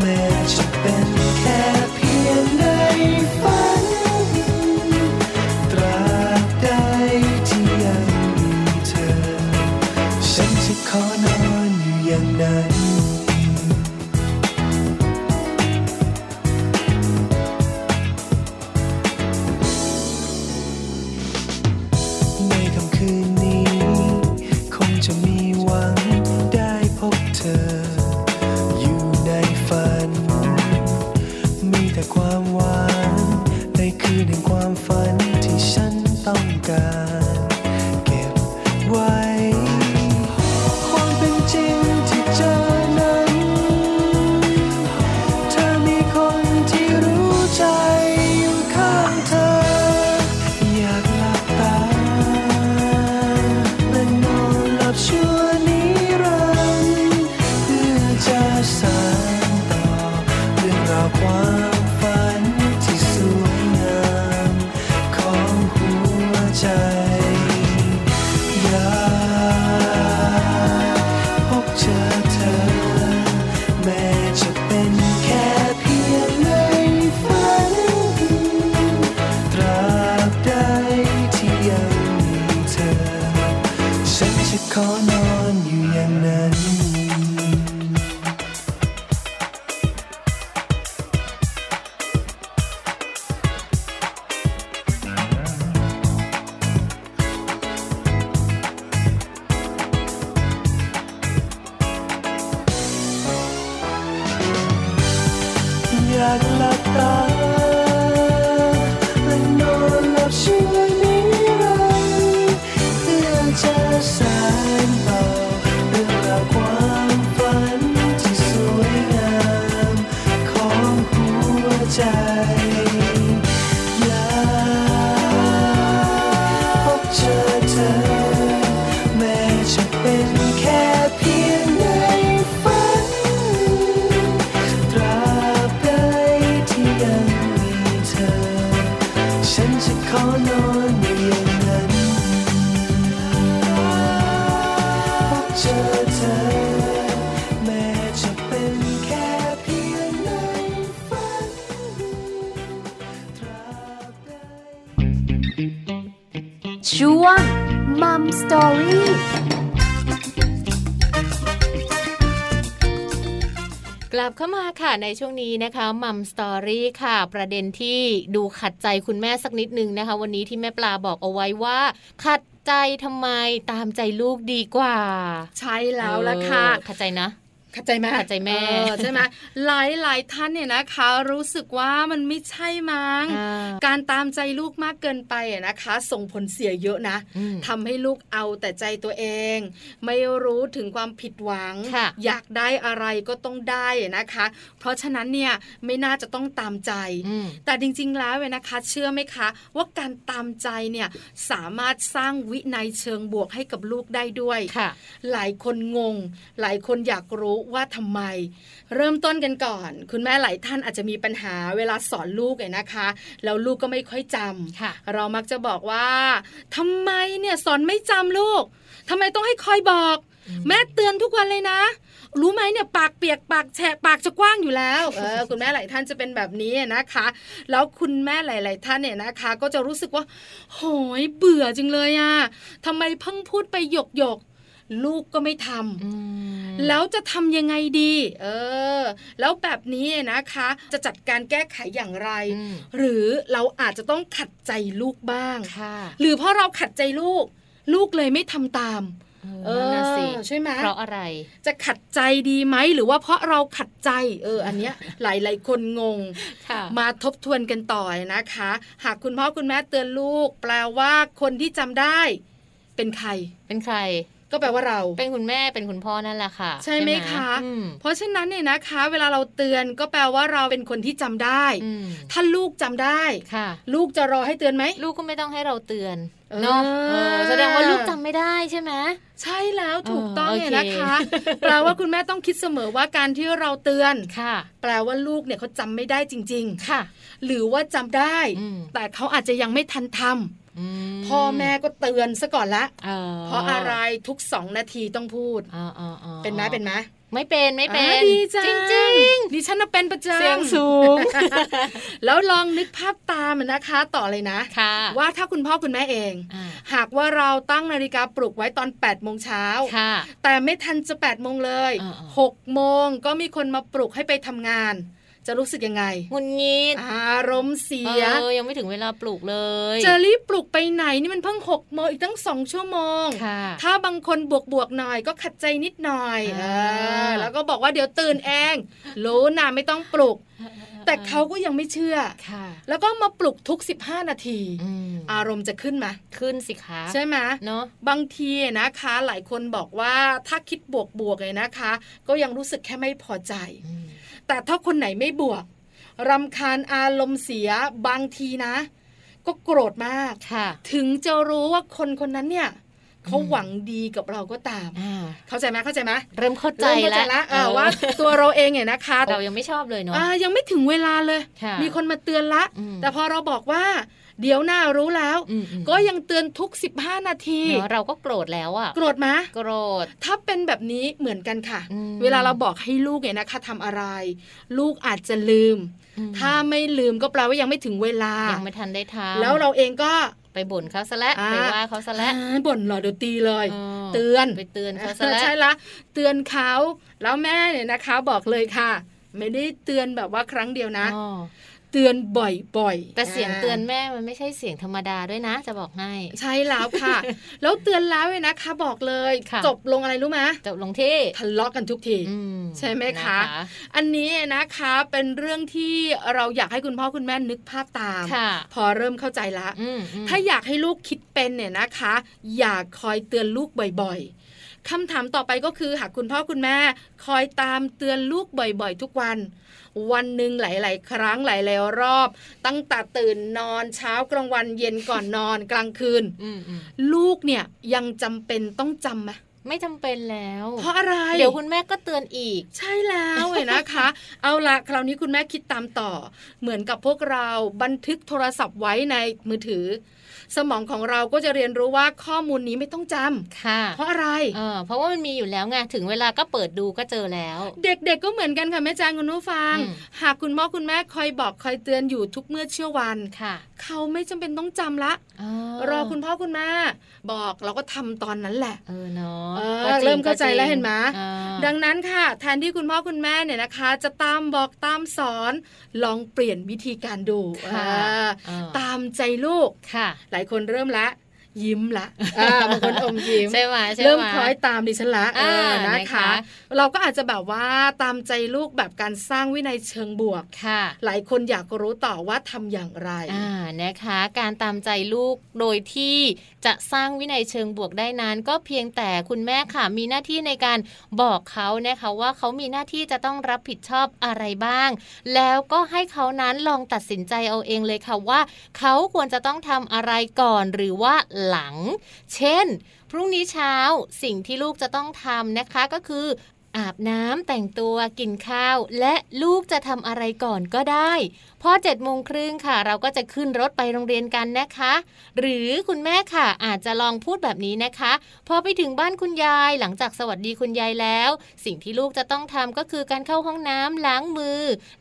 F: แม้จะเป็นแค่เพียงในฝัน ตราบใดที่ยังมีเธอ ฉันจะขอนอนอยู่อย่างนั้น ในค่ำคืนนี้ คงจะมีหวังได้พบเธอ อยู่ในฝัน มีแต่ความหวานในคืนแห่งความฝันที่ฉันต้องการ เก็บไว้ ความเป็นจริงที่เจอนั้น เธอมีคนที่รู้ใจอยู่ข้างเธอ อยากหลับตาและนอนหลับชั่วนิรันดร์เพื่อจะสานต่อเรื่องราวความฝันที่สวยงามของหัวใจ อยากพบเจอเธอ แม้จะเป็นแค่เพียงในฝัน ตราบใดที่ยังมีเธอ ฉันจะขอนอนอยู่อย่างนั้น อยากหลับตาและนอนหลับชั่วนิรันดร์เพื่อจะสานต่อเรื่องราวความฝันที่สวยงามของหัวใจ อยากพบเจอเธอ แม้จะเป็นแค่เพียงในฝัน ตราบใดที่ยังมีเธอ ฉันจะขอนอนอยู่อย่างนั้นพบเจอเธอ แม้จะเป็นแค่
A: ช่วงมัมสตอรี่
B: กลับเข้ามาค่ะในช่วงนี้นะคะมัมสตอรี่ค่ะ ประเด็นที่ดูขัดใจคุณแม่สักนิดนึงนะคะ วันนี้ที่แม่ปลาบอกเอาไว้ว่า ขัดใจทำไมตามใจลูกดีกว่า
C: ใช่แล้วล่ะค่ะ
B: เออขัดใจนะ
C: เข้าใจไหม
B: เข้าใจแม่
C: เออใช่ไหมหลายหลายๆท่านเนี่ยนะคะ รู้สึกว่ามันไม่ใช่มั้ง
B: อ่า
C: การตามใจลูกมากเกินไปอะนะคะ ส่งผลเสียเยอะนะ
B: อืม
C: ทำให้ลูกเอาแต่ใจตัวเอง ไม่รู้ถึงความผิดหวัง
B: ค่ะ
C: อยากได้อะไรก็ต้องได้อะนะคะ เพราะฉะนั้นเนี่ยไม่น่าจะต้องตามใจ
B: อืม
C: แต่จริง ๆ แล้วเว้ยนะคะ เชื่อไหมคะ ว่าการตามใจเนี่ยสามารถสร้างวินัยเชิงบวกให้กับลูกได้ด้วย
B: ค่ะ
C: หลายคนงง หลายคนอยากรู้ว่าทำไม เริ่มต้นกันก่อน คุณแม่หลายท่านอาจจะมีปัญหาเวลาสอนลูกเนี่ยนะคะแล้วลูกก็ไม่ค่อยจำ
B: ค่ะ
C: เรามักจะบอกว่าทำไมเนี่ยสอนไม่จำลูกทำไมต้องให้คอยบอก แม่เตือนทุกวันเลยนะ รู้ไหมเนี่ยปากเปียกปากแฉะปากจะกว้างอยู่ แล้วเออ คุณแม่หลายท่านจะเป็นแบบนี้นะคะ แล้วคุณแม่หลาย ๆ ท่านเนี่ยนะคะ ก็จะรู้สึกว่า โหยเบื่อจังเลยอะทำไมเพิ่งพูดไปหยกหยกๆลูกก็ไม่ทำ
B: อืม
C: แล้วจะทำยังไงดี เออ แล้วแบบนี้นะคะ จะจัดการแก้ไขอย่างไร
B: อืม
C: หรือเราอาจจะต้องขัดใจลูกบ้าง
B: ค่ะ
C: หรือเพราะเราขัดใจลูก ลูกเลยไม่ทำตาม
B: เออนั่นนะสิ
C: เออใช่ไหม
B: เพราะอะไร
C: จะขัดใจดีไหม หรือว่าเพราะเราขัดใจ เออ อันเนี้ย หลายหลายๆคนงง
B: ค่ะ
C: มาทบทวนกันต่อนะคะ หากคุณพ่อคุณแม่เตือนลูก แปลว่าคนที่จำได้ เป็นใคร
B: เป็นใคร
C: ก็แปลว่าเรา
B: เป็นคุณแม่ เป็นคุณพ่อนั่นแหละค่ะ
C: ใช่ไหมคะ
B: อืม
C: เพราะฉะนั้นเนี่ยนะคะ เวลาเราเตือนก็แปลว่าเราเป็นคนที่จำได้
B: อืม
C: ถ้าลูกจำได้
B: ค่ะ
C: ลูกจะรอให้เตือนไหม
B: ลูกก็ไม่ต้องให้เราเตือน
C: เออ
B: เนาะเออแสดงว่าลูกจำไม่ได้ใช่ไหม
C: ใช่แล้วถูกต้อง
B: เออ
C: เนี่ยนะคะ
B: โอเค
C: แปลว่าคุณแม่ต้องคิดเสมอว่าการที่เราเตือน
B: ค่ะ
C: แปลว่าลูกเนี่ยเขาจำไม่ได้จริง
B: ค่ะ
C: ๆ หรือว่าจำได้
B: อืม
C: แต่เขาอาจจะยังไม่ทันทำ
B: อืม
C: พ่อแม่ก็เตือนซะก่อนละ
B: เออ
C: เพราะอะไรทุกสองนาทีต้องพูด
B: อ่าอ่าอ่า
C: เป็นไหมเป็นไหม
B: ไม่เป็นไม่เป็น
C: อ่าดีจัง
B: จริง
C: ๆดิฉันน่ะเป็นประ
B: ๆ
C: จำ
B: เสียงสูง
C: แล้วลองนึกภาพตามนะคะ ต่อเลยนะ
B: ค่ะ
C: ว่าถ้าคุณพ่อคุณแม่เอง
B: อ่า
C: หากว่าเราตั้งนาฬิกาปลุกไว้ตอน8ปดโมงเช้า
B: ค่ะ
C: แต่ไม่ทันจะ8ปดโมงเลย
B: อ่าๆ
C: 6กโมงก็มีคนมาปลุกให้ไปทำงาน จะรู้สึกยังไง
B: หงุนงิด
C: อารมณ์เสีย
B: เออยังไม่ถึงเวลาปลูกเลย
C: จะรีบปลุกไปไหนนี่มันเพิ่ง6กโมงอีกตั้งสองชั่วโมง
B: ค่ะ
C: ถ้าบางคนบวกบวกๆหน่อยก็ขัดใจนิดหน่อย
B: อ่า
C: เออแล้วก็บอกว่าเดี๋ยวตื่นเอง รู้นะไม่ต้องปลุก แต่เขาก็ยังไม่เชื่อ
B: ค่ะ
C: แล้วก็มาปลุกทุก 15 นาที
B: อืม
C: อารมณ์จะขึ้นไหมา
B: ขึ้นสิคะ
C: ใช่ไหม
B: เนาะ
C: บางทีนะคะ หลายคนบอกว่าถ้าคิดบวกบวกๆเลยนะคะ ก็ยังรู้สึกแค่ไม่พอใจ
B: อืม
C: แต่ถ้าคนไหนไม่บวกรำคาญอารมณ์เสียบางทีนะ ก็โกรธมาก
B: ค่ะ
C: ถึงจะรู้ว่าคนคนนั้นเนี่ยเขา
B: อืม
C: หวังดีกับเราก็ตาม
B: อ่า
C: เข้าใจไหมเข้าใจไหม
B: เริ่มเข้าใจ
C: เริ่มเข้าใจ
B: แล้
C: ละ
B: ว
C: เออว่าตัวเราเองเนี่ยนะคะ
B: เรายังไม่ชอบเลยเนาะ
C: อ่ายังไม่ถึงเวลาเลย
B: ค่ะ
C: มีคนมาเตือนละ
B: อืม
C: แต่พอเราบอกว่า เดี๋ยวหน้ารู้แล้ว
B: อืมอืม
C: ก็ยังเตือนทุก 15 นาที
B: เนาะเราก็โกรธแล้วอ่ะ
C: โกรธมะ
B: โกรธ
C: ถ้าเป็นแบบนี้เหมือนกันค่ะ
B: อืม
C: เวลาเราบอกให้ลูกเนี่ยนะคะทำอะไร ลูกอาจจะลืม
B: อืม
C: ถ้าไม่ลืมก็แปลว่ายังไม่ถึงเวลาย
B: ยังไม่ทันได้ทำ
C: แล้วเราเองก็
B: ไปบ่นเขาซะแล้ว
C: อ่า
B: ไปว่าเขาซะแล้ว
C: อ่าบ่นเหรอเดี๋ยวตีเลย
B: เออ
C: เตือน
B: ไปเตือนเขาซะแล้ว
C: ใช่ละเตือนเขาแล้วแม่เนี่ยนะคะ บอกเลยค่ะ ไม่ได้เตือนแบบว่าครั้งเดียวนะ
B: อ๋อ
C: เตือนบ่อยๆ
B: แต่เสียง
C: า
B: เตือนแม่มันไม่ใช่เสียงธรรมดาด้วยนะ จะบอกให้
C: ใช่แล้วค่ะ แล้วเตือนแล้วเนี่ยนะคะ บอกเลย
B: ค่ะ
C: จบลงอะไรรู้ไหม
B: จบลงที่
C: ทะเลาะกันทุกที
B: อืม
C: ใช่ไหม
B: น
C: คะ อันนี้นะคะเป็นเรื่องที่เราอยากให้คุณพ่อคุณแม่นึกภาพตาม
B: ค่ะ
C: พอเริ่มเข้าใจละ
B: อืมอืม
C: ถ้าอยากให้ลูกคิดเป็นเนี่ยนะคะ อย่าคอยเตือนลูกบ่อยๆคำถามต่อไปก็คือหากคุณพ่อคุณแม่ คอยตามเตือนลูกบ่อยๆ ทุกวัน วันหนึ่งหลาย ๆ ครั้งหลายๆรอบ ตั้งแต่ตื่นนอนเช้ากลางวันเย็นก่อนนอนกลางคืน
B: อืมอืม
C: ลูกเนี่ยยังจำเป็นต้องจำไหม
B: ไม่จำเป็นแล้ว
C: เพราะอะไร
B: เดี๋ยวคุณแม่ก็เตือนอีก
C: ใช่แล้วเห็นนะคะ เอาละคราวนี้คุณแม่คิดตามต่อ เหมือนกับพวกเราบันทึกโทรศัพท์ไว้ในมือถือ สมองของเราก็จะเรียนรู้ว่าข้อมูลนี้ไม่ต้องจำ
B: ค่ะ
C: เพราะอะไร
B: เออเพราะว่ามันมีอยู่แล้วไง ถึงเวลาก็เปิดดูก็เจอแล้ว
C: เด็กๆก็เหมือนกันค่ะแม่แจางคุณผู้ฟัง
B: อืม
C: หากคุณพ่อคุณแม่คอยบอกคอยเตือนอยู่ทุกเมื่อเชื่อวัน
B: ค่ะ
C: เขาไม่จำเป็นต้องจำละ รอคุณพ่อคุณแม่บอกเราก็ทำตอนนั้นแหละ
B: เออเนาะ
C: เออ
B: ก็จง
C: เริ่มเข้าใจแล้ว
B: ก็ริง
C: เห็นไหม
B: อ่า
C: ดังนั้นค่ะ แทนที่คุณพ่อคุณแม่เนี่ยนะคะ จะตามบอกตามสอน ลองเปลี่ยนวิธีการดู
B: ค่ะ
C: เออ
B: เออ
C: ตามใจลูก
B: ค่ะ
C: หลายคนเริ่มละ ยิ้ม ละอ่าบางคนอมยิ้ม
B: ใช่ไหมใช่ไหม
C: เริ่มคล้อยตามดิฉันละเอ
B: อ่า
C: อนะ
B: นะคะ
C: คะ เราก็อาจจะแบบว่าตามใจลูกแบบการสร้างวินัยเชิงบวก
B: ค่ะ
C: หลายคนอยากรู้ต่อว่าทำอย่างไร
B: อ่านะคะ การตามใจลูกโดยที่จะสร้างวินัยเชิงบวกได้นั้น ก็เพียงแต่คุณแม่ค่ะมีหน้าที่ในการบอกเขานะคะว่าเขามีหน้าที่จะต้องรับผิดชอบอะไรบ้าง แล้วก็ให้เขานั้นลองตัดสินใจเอาเองเลยค่ะว่า เขาควรจะต้องทำอะไรก่อนหรือว่าหลัง เช่น พรุ่งนี้เช้าสิ่งที่ลูกจะต้องทำนะคะก็คือ อาบน้ำแต่งตัวกินข้าว และลูกจะทำอะไรก่อนก็ได้ พอเจ็ดโมงครึ่งค่ะ เราก็จะขึ้นรถไปโรงเรียนกันนะคะ หรือคุณแม่ค่ะอาจจะลองพูดแบบนี้นะคะ พอไปถึงบ้านคุณยายหลังจากสวัสดีคุณยายแล้ว สิ่งที่ลูกจะต้องทำก็คือการเข้าห้องน้ำล้างมือ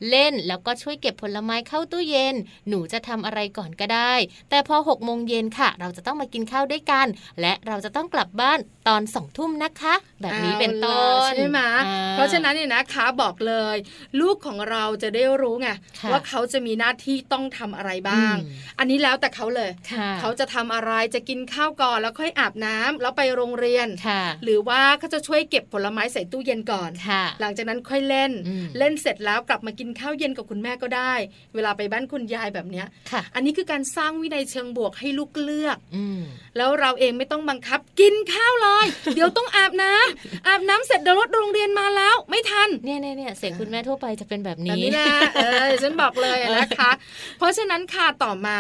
B: เล่นแล้วก็ช่วยเก็บผลไม้เข้าตู้เย็น หนูจะทำอะไรก่อนก็ได้ แต่พอ6กโมงเย็นค่ะ เราจะต้องมากินข้าวด้วยกัน และเราจะต้องกลับบ้านตอนสองทุ่มนะคะ แบบนี้เป็น
C: เอ
B: ต้
C: า
B: น
C: ล่ะใช่ไหม
B: อ่
C: เพราะฉะนั้นเนี่ยนะคะบอกเลย ลูกของเราจะได้รู้ไง
B: ค่ะ
C: ว่าเขาจะมีหน้าที่ต้องทำอะไรบ้าง
B: อืม
C: อันนี้แล้วแต่เขาเลย
B: ค่ะ
C: เขาจะทำอะไรจะกินข้าวก่อนแล้วค่อยอาบน้ำแล้วไปโรงเรียน
B: ค่ะ
C: หรือว่าเขาจะช่วยเก็บผลไม้ใส่ตู้เย็นก่อน
B: ค่ะ
C: หลังจากนั้นค่อยเล่น
B: อืม
C: เล่นเสร็จแล้วกลับมากินข้าวเย็นกับคุณแม่ก็ได้ เวลาไปบ้านคุณยายแบบเนี้ย
B: ค่ะ
C: อันนี้คือการสร้างวินัยเชิงบวกให้ลูกเลือก
B: อืม
C: แล้วเราเองไม่ต้องบังคับกินข้าวเลย เดี๋ยวต้องอาบน้ำอาบน้ำเสร็จเดี๋ยวรถโรงเรียนมาแล้ว ไม่ทัน
B: เนี่ยเนี่ยเนี่ยเสียงคุณแม่ทั่วไปจะเป็นแบบ
C: แบบ
B: นี้
C: นี้นะ เออฉันบอกเลยนะคะ เพราะฉะนั้นค่ะต่อมา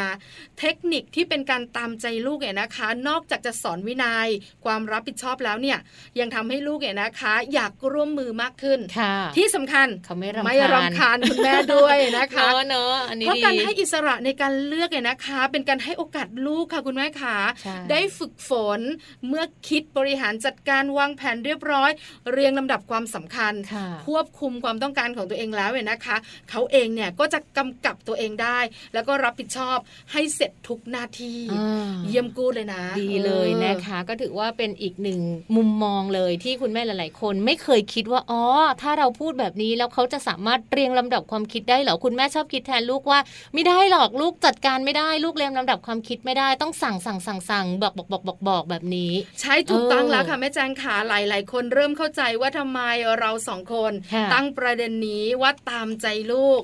C: เทคนิคที่เป็นการตามใจลูกเนี่ยนะคะ นอกจากจะสอนวินยัยความรับผิดชอบแล้วเนี่ย ยังทำให้ลูกเนี่ยนะคะ อยากร่วมมือมากขึ้น
B: ค่ะ
C: ที่สำคัญ
B: เขาไม่รำคาญ
C: ไม่รำคาญคุณแม่ด้วยนะคะ
B: เนอะเนอะอันนี้
C: เพราะ
B: ดี
C: การให้อิสระในการเลือกเนี่ยนะคะ เป็นการให้โอกาสลูกค่ะคุณแม่ขา
B: ใช่
C: ได้ฝึกฝนเมื่อคิดบริหารจัดการวางแผนเรียบร้อย เรียงลำดับความสำคัญ
B: ค่ะ
C: ควบคุมความต้องการของตัวเองแล้วเนี่ยนะคะ เขาเองเนี่ยก็จะกำกับตัวเองได้ แล้วก็รับผิดชอบให้เสร็จทุกหน้าที่
B: อ่า
C: เยี่ยมกู้เลยนะ
B: ดีเลย
C: ออ
B: นะคะ ก็ถือว่าเป็นอีกหนึ่งมุมมองเลยที่คุณแม่หลาย ๆ คนไม่เคยคิดว่าอ๋อถ้าเราพูดแบบนี้แล้วเขาจะสามารถเรียงลำดับความคิดได้เหรอคุณแม่ชอบคิดแทนลูกว่า ไม่ได้หรอกลูกจัดการไม่ได้ลูกเรียงลำดับความคิดไม่ได้ต้องสั่งสั่งสั่งสั่งบอกบอกบอกบอกบอกแบบนี้
C: ใช่ถูกต้องแล้วค่ะ
B: เออ
C: แม่แจงขาหลาย ๆ คนเริ่มเข้าใจว่าทำไมเราสองคน
B: ค่ะ
C: ตั้งประเด็นนี้ว่าตามใจลูก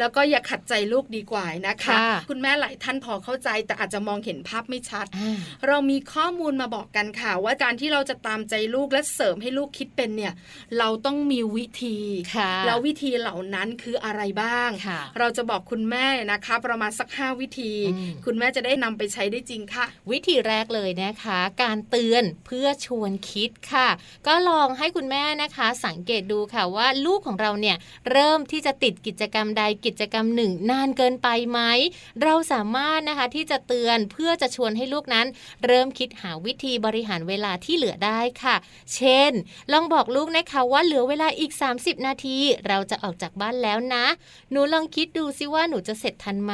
C: แล้วก็อย่าขัดใจลูกดีกว่านะคะ
B: ค่ะ
C: คุณแม่หลายท่านพอเข้าใจแต่อาจจะมองเห็นภาพไม่ชัด
B: อ่า
C: เรามีข้อมูลมาบอกกันค่ะ ว่าการที่เราจะตามใจลูกและเสริมให้ลูกคิดเป็นเนี่ย เราต้องมีวิธี
B: ค่ะ
C: แล้ววิธีเหล่านั้นคืออะไรบ้าง
B: ค่ะ
C: เราจะบอกคุณแม่นะคะ ประมาณสักห้าวิธี
B: อืม
C: คุณแม่จะได้นำไปใช้ได้จริงค่ะ
B: วิธีแรกเลยนะคะ การเตือนเพื่อชวนคิดค่ะ ก็ลองให้คุณแม่นะคะ สังเกตดูค่ะว่าลูกของเราเนี่ยเริ่มที่จะติดกิจกรรมใดกิจกรรมหนึ่ง นานเกินไปไหมเราสามารถนะคะที่จะเตือนเพื่อจะชวนให้ลูกนั้น เริ่มคิดหาวิธีบริหารเวลาที่เหลือได้ค่ะ เช่น ลองบอกลูกนะคะว่าเหลือเวลาอีก 30 นาที เราจะออกจากบ้านแล้วนะ หนูลองคิดดูซิว่าหนูจะเสร็จทันไหม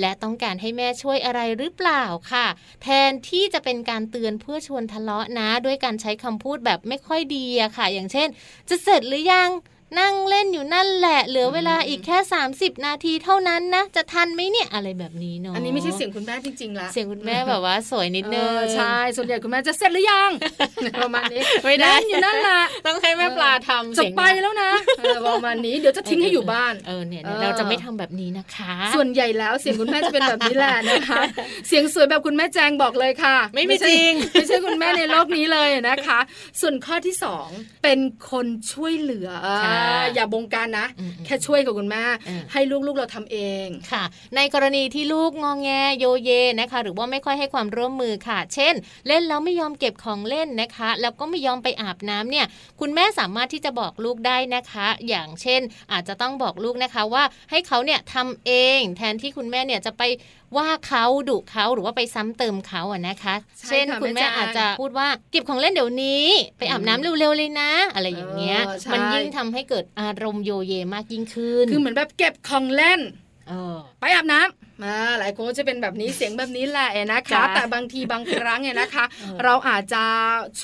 B: และต้องการให้แม่ช่วยอะไรหรือเปล่าค่ะ แทนที่จะเป็นการเตือนเพื่อชวนทะเลาะนะ ด้วยการใช้คำพูดแบบไม่ค่อยดีอะค่ะ อย่างเช่น จะเสร็จหรือยัง นั่งเล่นอยู่นั่นแหละ เหลือเวลาอีกแค่ 30 นาทีเท่านั้นนะ จะทันไหมเนี่ยอะไรแบบนี้เนาะ
C: อันนี้ไม่ใช่เสียงคุณแม่จริงๆละ
B: เสียงคุณแม่แบบว่าสวยนิดนึง
C: เออใช่ ส่วนใหญ่คุณแม่จะเสร็จหรือยัง ประมาณนี้
B: ไม่ได้
C: นั่นอยู่นั่น ละ
B: ต้องให้แม่ปลาทำ
C: จะ
B: เสียง
C: ไป
B: นั้น
C: แล้วนะเออประมาณนี้เดี๋ยวจะทิ้งให้อยู่บ้าน
B: เออเนี่ย
C: เออ
B: เราจะไม่ทำแบบนี้นะคะ
C: ส่วนใหญ่แล้วเสียงคุณแม่จะเป็นแบบนี้แหละนะคะ เสียงสวยแบบคุณแม่แจงบอกเลยค่ะ
B: ไม่มีจ
C: ใช่
B: ริง
C: ไม่ใช่คุณแม่ในโลกนี้เลยนะคะ ส่วนข้อที่สองเป็นคนช่วยเหลือ
B: ใช่
C: อย่าบงการนะ
B: อืม
C: แค่ช่วยกับคุณแม่
B: อืม
C: ให้ลูกๆเราทำเอง
B: ค่ะ ในกรณีที่ลูกงองแงโยเยนะคะ หรือว่าไม่ค่อยให้ความร่วมมือค่ะ เช่น เล่นแล้วไม่ยอมเก็บของเล่นนะคะ แล้วก็ไม่ยอมไปอาบน้ำเนี่ย คุณแม่สามารถที่จะบอกลูกได้นะคะ อย่างเช่น อาจจะต้องบอกลูกนะคะว่าให้เขาเนี่ยทำเอง แทนที่คุณแม่เนี่ยจะไปว่าเขาดุเขาหรือว่าไปซ้ำเติมเขาอะนะคะ
C: ใช่
B: เช่น
C: ค่ะ
B: คุณ
C: แม่
B: แม่
C: จ๋า
B: อาจจะพูดว่าเก็บของเล่นเดี๋ยวนี้ ไปอาบน้ำเร็วๆเลยนะ อะไรอย่างเงี้ย
C: เออใช่
B: มันยิ่งทำให้เกิดอารมณ์โยเยมากยิ่งขึ้น
C: คือเหมือนแบบเก็บของเล่น
B: เออ
C: ไปอาบน้ำมาหลายคนก็จะเป็นแบบนี้เสียงแบบนี้แหละนะคะ
B: จ้ะ
C: แต่บางทีบางครั้งเนี่ยนะคะ
B: เออ
C: เราอาจจะ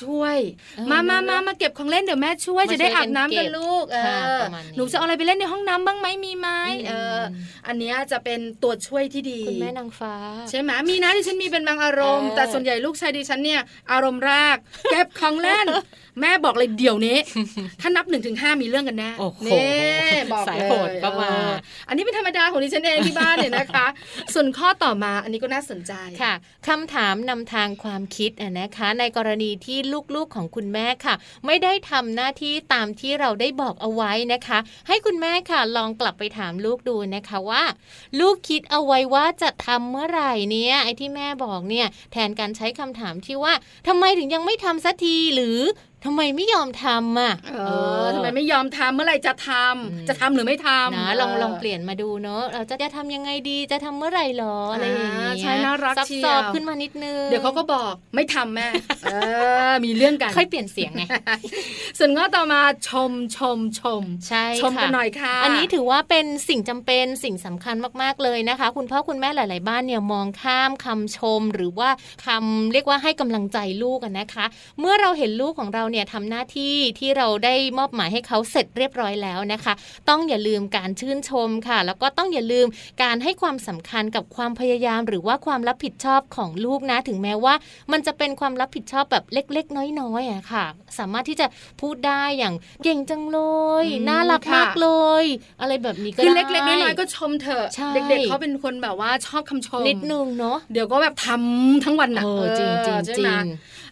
C: ช่วย
B: เออ
C: มามามามาเก็บของเล่นเดี๋ยวแม่ช่วย
B: มา
C: จะได้
B: ช่วยกัน
C: อาบน้ำกัน
B: เก็บ
C: ลูกเอ
B: ค่ะ
C: อ
B: ประมาณนี้
C: หนูจะเอาอะไรไปเล่นในห้องน้ำบ้างไหมมีไหมเออออันเนี้ยจะเป็นตัวช่วยที่ดี
B: คุณแม่นางฟ้า
C: ใช่ไหมมีนะดิฉันมีเป็นบางอารมณ์
B: เออ
C: แต่ส่วนใหญ่ลูกชายดิฉันเนี่ยอารมณ์แรกเก็บของเล่น แม่บอกเลยเดี๋ยวนี้ ถ้านับ1นถึงหมีเรื่องกันแน่
B: โอ้โห
C: นี่บอก
B: สาย
C: เลย
B: โหดก็มา
C: เอออันนี้เป็นธรรมดาของดิฉันเองที่บ้านเนี่ยนะคะ ส่วนข้อต่อมาอันนี้ก็น่าสนใจ
B: ค่ะคำถามนำทางความคิดอะนะคะ ในกรณีที่ลูกๆของคุณแม่ค่ะ ไม่ได้ทำหน้าที่ตามที่เราได้บอกเอาไว้นะคะ ให้คุณแม่ค่ะลองกลับไปถามลูกดูนะคะว่า ลูกคิดเอาไว้ว่าจะทำเมื่อไหร่เนี่ยไอ้ที่แม่บอกเนี่ยแทนการใช้คำถามที่ว่าทำไมถึงยังไม่ทำสักทีหรือทำไมไม่ยอมทำอ่ะ
C: เออทำไมไม่ยอมทำเมื่อไหร่จะทำ
B: อืม
C: จะทำหรือไม่ทำ
B: นะลอง
C: เ
B: ลองเปลี่ยนมาดูเนอะเราจะจะทำยังไงดีจะทำเมื่อไหร่หรออะไรอย่างเงี้ย
C: อ่าใช่น่ารัก
B: ซับ
C: เชียว
B: ซ้อนขึ้นมานิดนึง
C: เดี๋ยวเขาก็บอกไม่ทำ แม่เออมีเรื่องกัน
B: ค่อยเปลี่ยนเสียงไง
C: ส่วนข้อต่อมาชมชมชม
B: ใช่
C: ชมกันหน่อยค่ะ
B: อันนี้ถือว่าเป็นสิ่งจำเป็นสิ่งสำคัญมากๆเลยนะคะ คุณพ่อคุณแม่หลาย ๆ บ้านเนี่ยมองข้ามคำชม หรือว่าคำเรียกว่าให้กำลังใจลูกอะนะคะ เมื่อเราเห็นลูกของเราเนี่ยทำหน้าที่ที่เราได้มอบหมายให้เขาเสร็จเรียบร้อยแล้วนะคะ ต้องอย่าลืมการชื่นชมค่ะ แล้วก็ต้องอย่าลืมการให้ความสำคัญกับความพยายาม หรือว่าความรับผิดชอบของลูกนะ ถึงแม้ว่า มันจะเป็นความรับผิดชอบแบบเล็ก ๆ น้อยๆอะค่ะ สามารถที่จะพูดได้อย่างเก่งจังเลย
C: อืม
B: น่ารักมาก
C: ค่ะ
B: เลย อะไรแบบนี้ก็
C: คือ
B: ได้
C: เล็กๆ น้อยๆ ก็ชมเถอะ
B: ใช่
C: เด็กๆเขาเป็นคนแบบว่าชอบคำชม
B: นิดนึงเนาะ
C: เดี๋ยวก็แบบทำทั้งวันนะ
B: เออจริงจริง
C: ใช่
B: จริ
C: ไหม
B: ง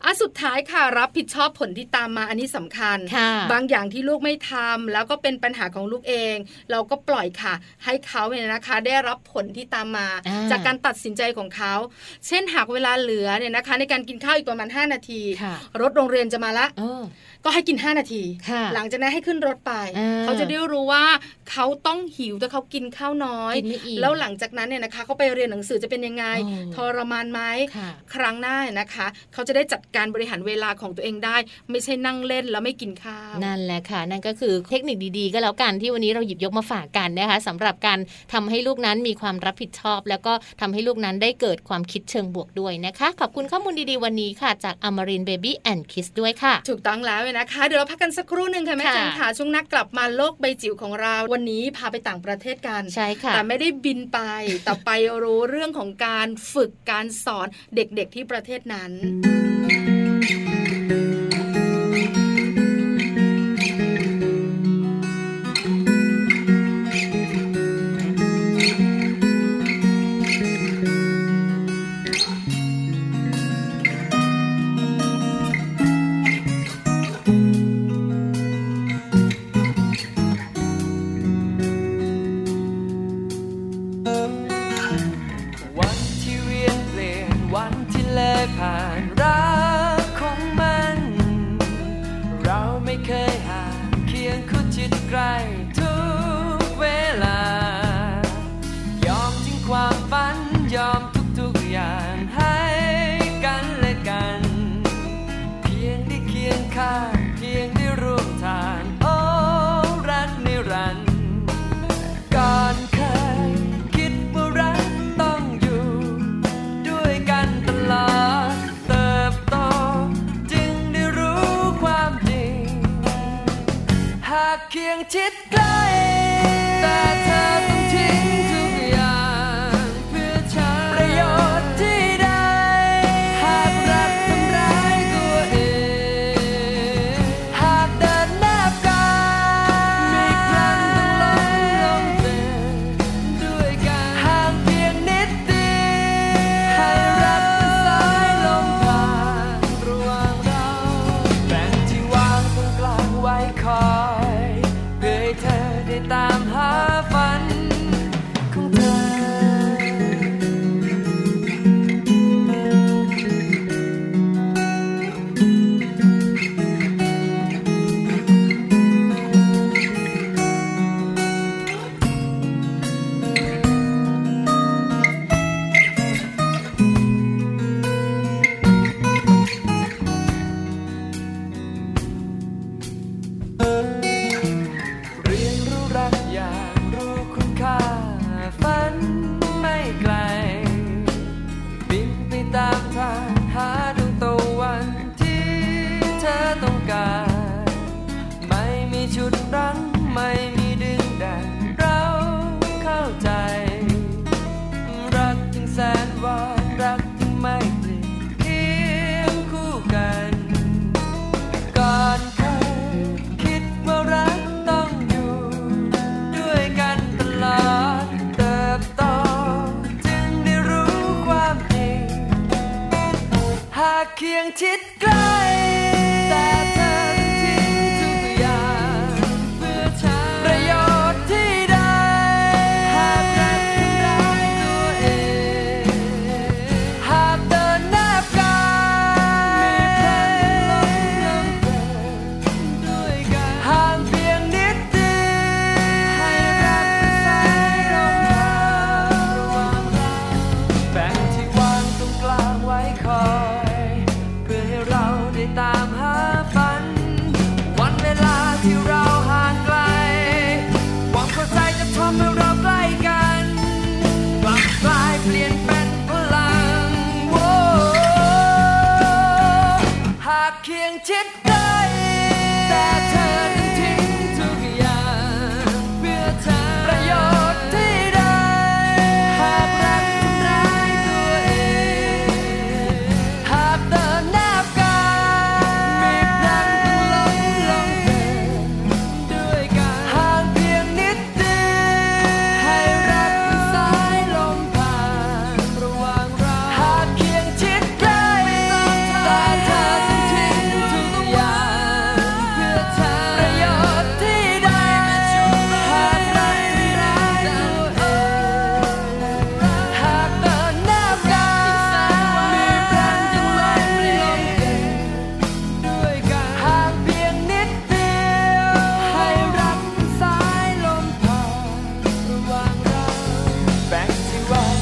C: อ่ะสุดท้ายค่ะ รับผิดชอบผลที่ตามมาอันนี้สำคัญ
B: ค่ะ
C: บางอย่างที่ลูกไม่ทำแล้วก็เป็นปัญหาของลูกเอง เราก็ปล่อยค่ะ ให้เขาเนี่ยนะคะ ได้รับผลที่ตามมา
B: อ่า
C: จากการตัดสินใจของเขา เช่นหากเวลาเหลือเนี่ยนะคะ ในการกินข้าวอีกประมาณ 5 นาที
B: ค่ะ
C: รถโรงเรียนจะมาละ
B: เออ
C: ก็ให้กิน 5 นาที
B: ค่ะ
C: หลังจากนั้นให้ขึ้นรถไป
B: อ่า
C: เขาจะได้รู้ว่าเขาต้องหิวแต่เขากินข้าวน้อย
B: กินไม่อิ่ม
C: แล้วหลังจากนั้นเนี่ยนะคะเขาไปเรียนหนังสือจะเป็นยังไง
B: อ๋อ
C: ทรมานไหม
B: ค่ะ
C: ครั้งหน้าเนี่ยนะคะ เขาจะได้จัดการบริหารเวลาของตัวเองได้ ไม่ใช่นั่งเล่นแล้วไม่กินข้าว
B: นั่นแหละค่ะ นั่นก็คือเทคนิคดีๆ ก็แล้วกันที่วันนี้เราหยิบยกมาฝากกันนะคะสำหรับการทำให้ลูกนั้นมีความรับผิดชอบ แล้วก็ทำให้ลูกนั้นได้เกิดความคิดเชิงบวกด้วยนะคะ ขอบคุณข้อมูลดีๆ วันนี้ค่ะ จาก a m a r i n Baby and Kids ด้วยค่ะ
C: ถูกต้องแล้วเนี่ยนะคะ เดี๋ยวเราพักกันสักครู่หนึ่งค่ะแม่
B: ค่ะ
C: แจันค่ะช่วงหนักกลับมาโลกใบจิ๋วของเรา วันนี้พาไปต่างประเทศกัน
B: ใช่ค่ะ
C: แต่ไม่ได้บินไป แต่ไปรู้เรื่องของการฝึกการสอนเด็กๆที่ประเทศนั้น
F: วันที่เรียนเปลี่ยนวันที่เลยผ่านรักของมัน เราไม่เคยห่างเคียงคู่จิตใกล้ทุกเวลา ยอมทิ้งความฝัน ยอมทุกๆอย่างให้กันและกัน เพียงได้เคียงข้างเพียงได้ร่วมทางโอ้รักนิรันดร์ ก่อนเคยคิดว่ารักต้องอยู่ ด้วยกันตลอดเติบโตจึงได้รู้ความจริง หากเคียงชิดใกล้แต่เธอต้องทิ้งทุกอย่างเพื่อฉันประโยชน์ที่ได้ หากรักทำร้ายตัวเอง หากเดินหน้ากันไม่ครั้งต้องล้มลงเดินด้วยกันห่างเพียงนิดเดียวให้รักเป็นสายลมผ่านระหว่างเรา แบ่งที่วางตรงกลางไว้คอย เพื่อให้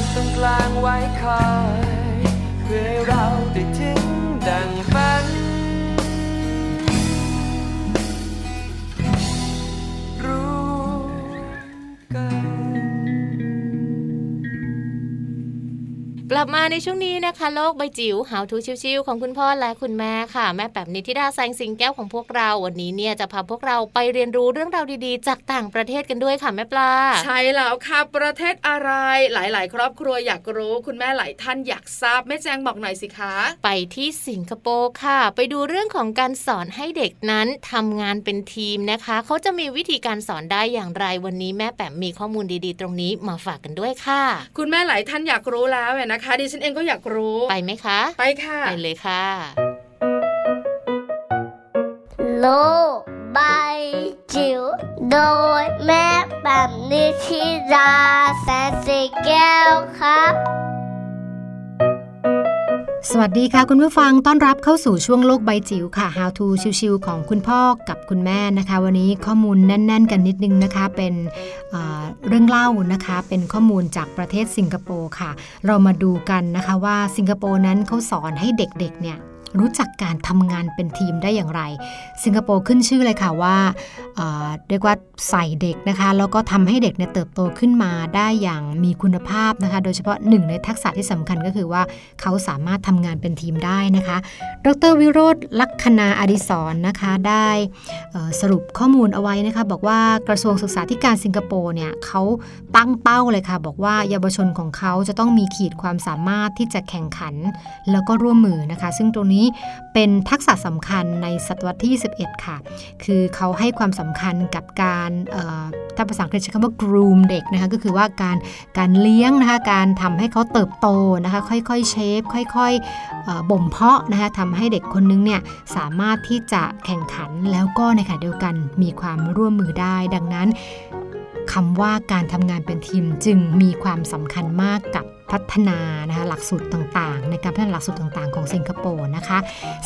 F: ลายเพื่อให้เราได้ถึงดังฝัน รู้กัน
B: กลับมาในช่วงนี้นะคะ โลกใบจิ๋วหาวทูชิวๆของคุณพ่อและคุณแม่ค่ะ แม่แบบนิติดาแสงสิงแก้วของพวกเราวันนี้เนี่ยจะพาพวกเราไปเรียนรู้เรื่องราวดีๆ จากต่างประเทศกันด้วยค่ะแม่ปลา
C: ใช่แล้วค่ะประเทศอะไรหลาย ๆ ครอบครัวอยากรู้ คุณแม่หลายท่านอยากทราบแม่แจงบอกหน่อยสิคะ
B: ไปที่สิงคโปร์ค่ะ ไปดูเรื่องของการสอนให้เด็กนั้นทำงานเป็นทีมนะคะ เขาจะมีวิธีการสอนได้อย่างไรวันนี้แม่แปมมีข้อมูลดีๆ ตรงนี้มาฝากกันด้วยค่ะ
C: คุณแม่หลายท่านอยากรู้แล้วเนี่ยนะคะ ดิฉันเองก็อยากรู้
B: ไปไหมคะ
C: ไปค่ะ
B: ไปเลยค่ะ
A: Lô bay chiều đôi mép bằng đi khi ra sẽ xì keo khắp
G: สวัสดีค่ะคุณผู้ฟังต้อนรับเข้าสู่ช่วงโลกใบจิ๋วค่ะ How to ชิวๆของคุณพ่อกับคุณแม่นะคะ วันนี้ข้อมูลแน่น ๆ กันนิดนึงนะคะ เป็นเอ่อเรื่องเล่านะคะ เป็นข้อมูลจากประเทศสิงคโปร์ค่ะ เรามาดูกันนะคะว่าสิงคโปร์นั้นเขาสอนให้เด็กๆเนี่ยรู้จักการทำงานเป็นทีมได้อย่างไร สิงคโปร์ขึ้นชื่อเลยค่ะว่าเอ่อเรียกว่าใส่เด็กนะคะ แล้วก็ทำให้เด็กเนี่ยเติบโตขึ้นมาได้อย่างมีคุณภาพนะคะ โดยเฉพาะหนึ่งในทักษะที่สำคัญก็คือว่า เขาสามารถทำงานเป็นทีมได้นะคะ ดรวิโรธลักษณาอดิศรนะคะ ได้เอ่อสรุปข้อมูลเอาไว้นะคะ บอกว่ากระทรวงศึกษาธิการสิงคโปร์เนี่ยเขาตั้งเป้าเลยค่ะ บอกว่าเยาวชนของเขาจะต้องมีขีดความสามารถที่จะแข่งขัน แล้วก็ร่วมมือนะคะ ซึ่งตรงนี้เป็นทักษะสำคัญในศตวรรษที่ 21 ค่ะ คือเขาให้ความสำคัญกับการเอ่อถ้าภาษาอังกฤษใช้คำว่า groom เด็กนะคะ ก็คือว่าการ การเลี้ยงนะคะ การทำให้เขาเติบโตนะคะ ค่อยๆเชฟ ค่อยๆเอ่อบ่มเพาะนะคะทำให้เด็กคนนึงเนี่ยสามารถที่จะแข่งขันแล้วก็ในขณะเดียวกันมีความร่วมมือได้ ดังนั้นคำว่าการทำงานเป็นทีมจึงมีความสำคัญมากกับพัฒนานะคะหลักสูตรต่างๆ ในการพัฒนาหลักสูตรต่างๆ ของสิงคโปร์นะคะ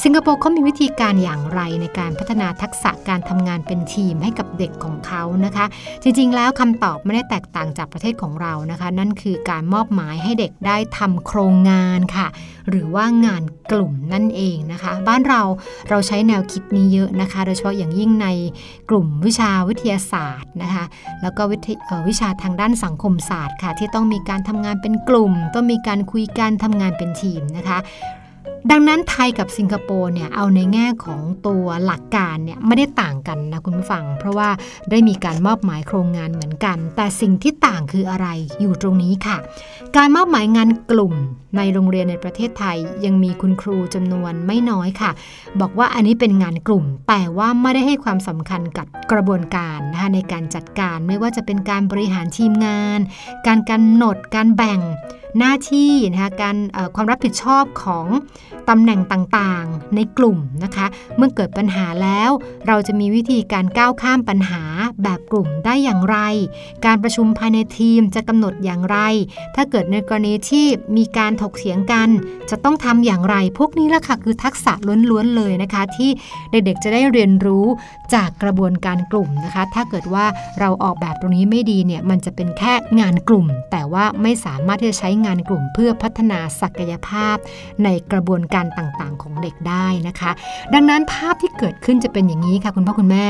G: สิงคโปร์เขามีวิธีการอย่างไรในการพัฒนาทักษะการทำงานเป็นทีมให้กับเด็กของเขานะคะ จริงๆ แล้วคำตอบไม่ได้แตกต่างจากประเทศของเรานะคะ นั่นคือการมอบหมายให้เด็กได้ทำโครงงานค่ะ หรือว่างานกลุ่มนั่นเองนะคะ บ้านเราเราใช้แนวคิดนี้เยอะนะคะ โดยเฉพาะอย่างยิ่งในกลุ่มวิชาวิทยาศาสตร์นะคะ แล้วก็วิทยเอ่อวิชาทางด้านสังคมศาสตร์ค่ะ ที่ต้องมีการทำงานเป็นกลุ่ม ต้องมีการคุยกันทำงานเป็นทีมนะคะ ดังนั้นไทยกับสิงคโปร์เนี่ยเอาในแง่ของตัวหลักการเนี่ยไม่ได้ต่างกันนะคุณผู้ฟัง เพราะว่าได้มีการมอบหมายโครงงานเหมือนกัน แต่สิ่งที่ต่างคืออะไรอยู่ตรงนี้ค่ะ การมอบหมายงานกลุ่มในโรงเรียนในประเทศไทยยังมีคุณครูจำนวนไม่น้อยค่ะ บอกว่าอันนี้เป็นงานกลุ่ม แต่ว่าไม่ได้ให้ความสำคัญกับกระบวนการนะคะในการจัดการไม่ว่าจะเป็นการบริหารทีมงาน การกำหนดการแบ่งหน้าที่นะคะการเอ่อความรับผิดชอบของ ตำแหน่งต่างๆ ในกลุ่มนะคะ เมื่อเกิดปัญหาแล้ว เราจะมีวิธีการก้าวข้ามปัญหาแบบกลุ่มได้อย่างไร การประชุมภายในทีมจะกำหนดอย่างไร ถ้าเกิดในกรณีที่มีการถกเถียงกัน จะต้องทำอย่างไร พวกนี้ล่ะค่ะคือทักษะล้วนๆเลยนะคะ ที่เด็กๆจะได้เรียนรู้จากกระบวนการกลุ่มนะคะ ถ้าเกิดว่าเราออกแบบตรงนี้ไม่ดีเนี่ยมันจะเป็นแค่งานกลุ่ม แต่ว่าไม่สามารถที่จะใช้งานกลุ่ม เพื่อพัฒนาศักยภาพ ในกระบวนการต่างๆ ของเด็กได้นะคะ ดังนั้นภาพที่เกิดขึ้นจะเป็นอย่างนี้ค่ะ คุณพ่อคุณแม่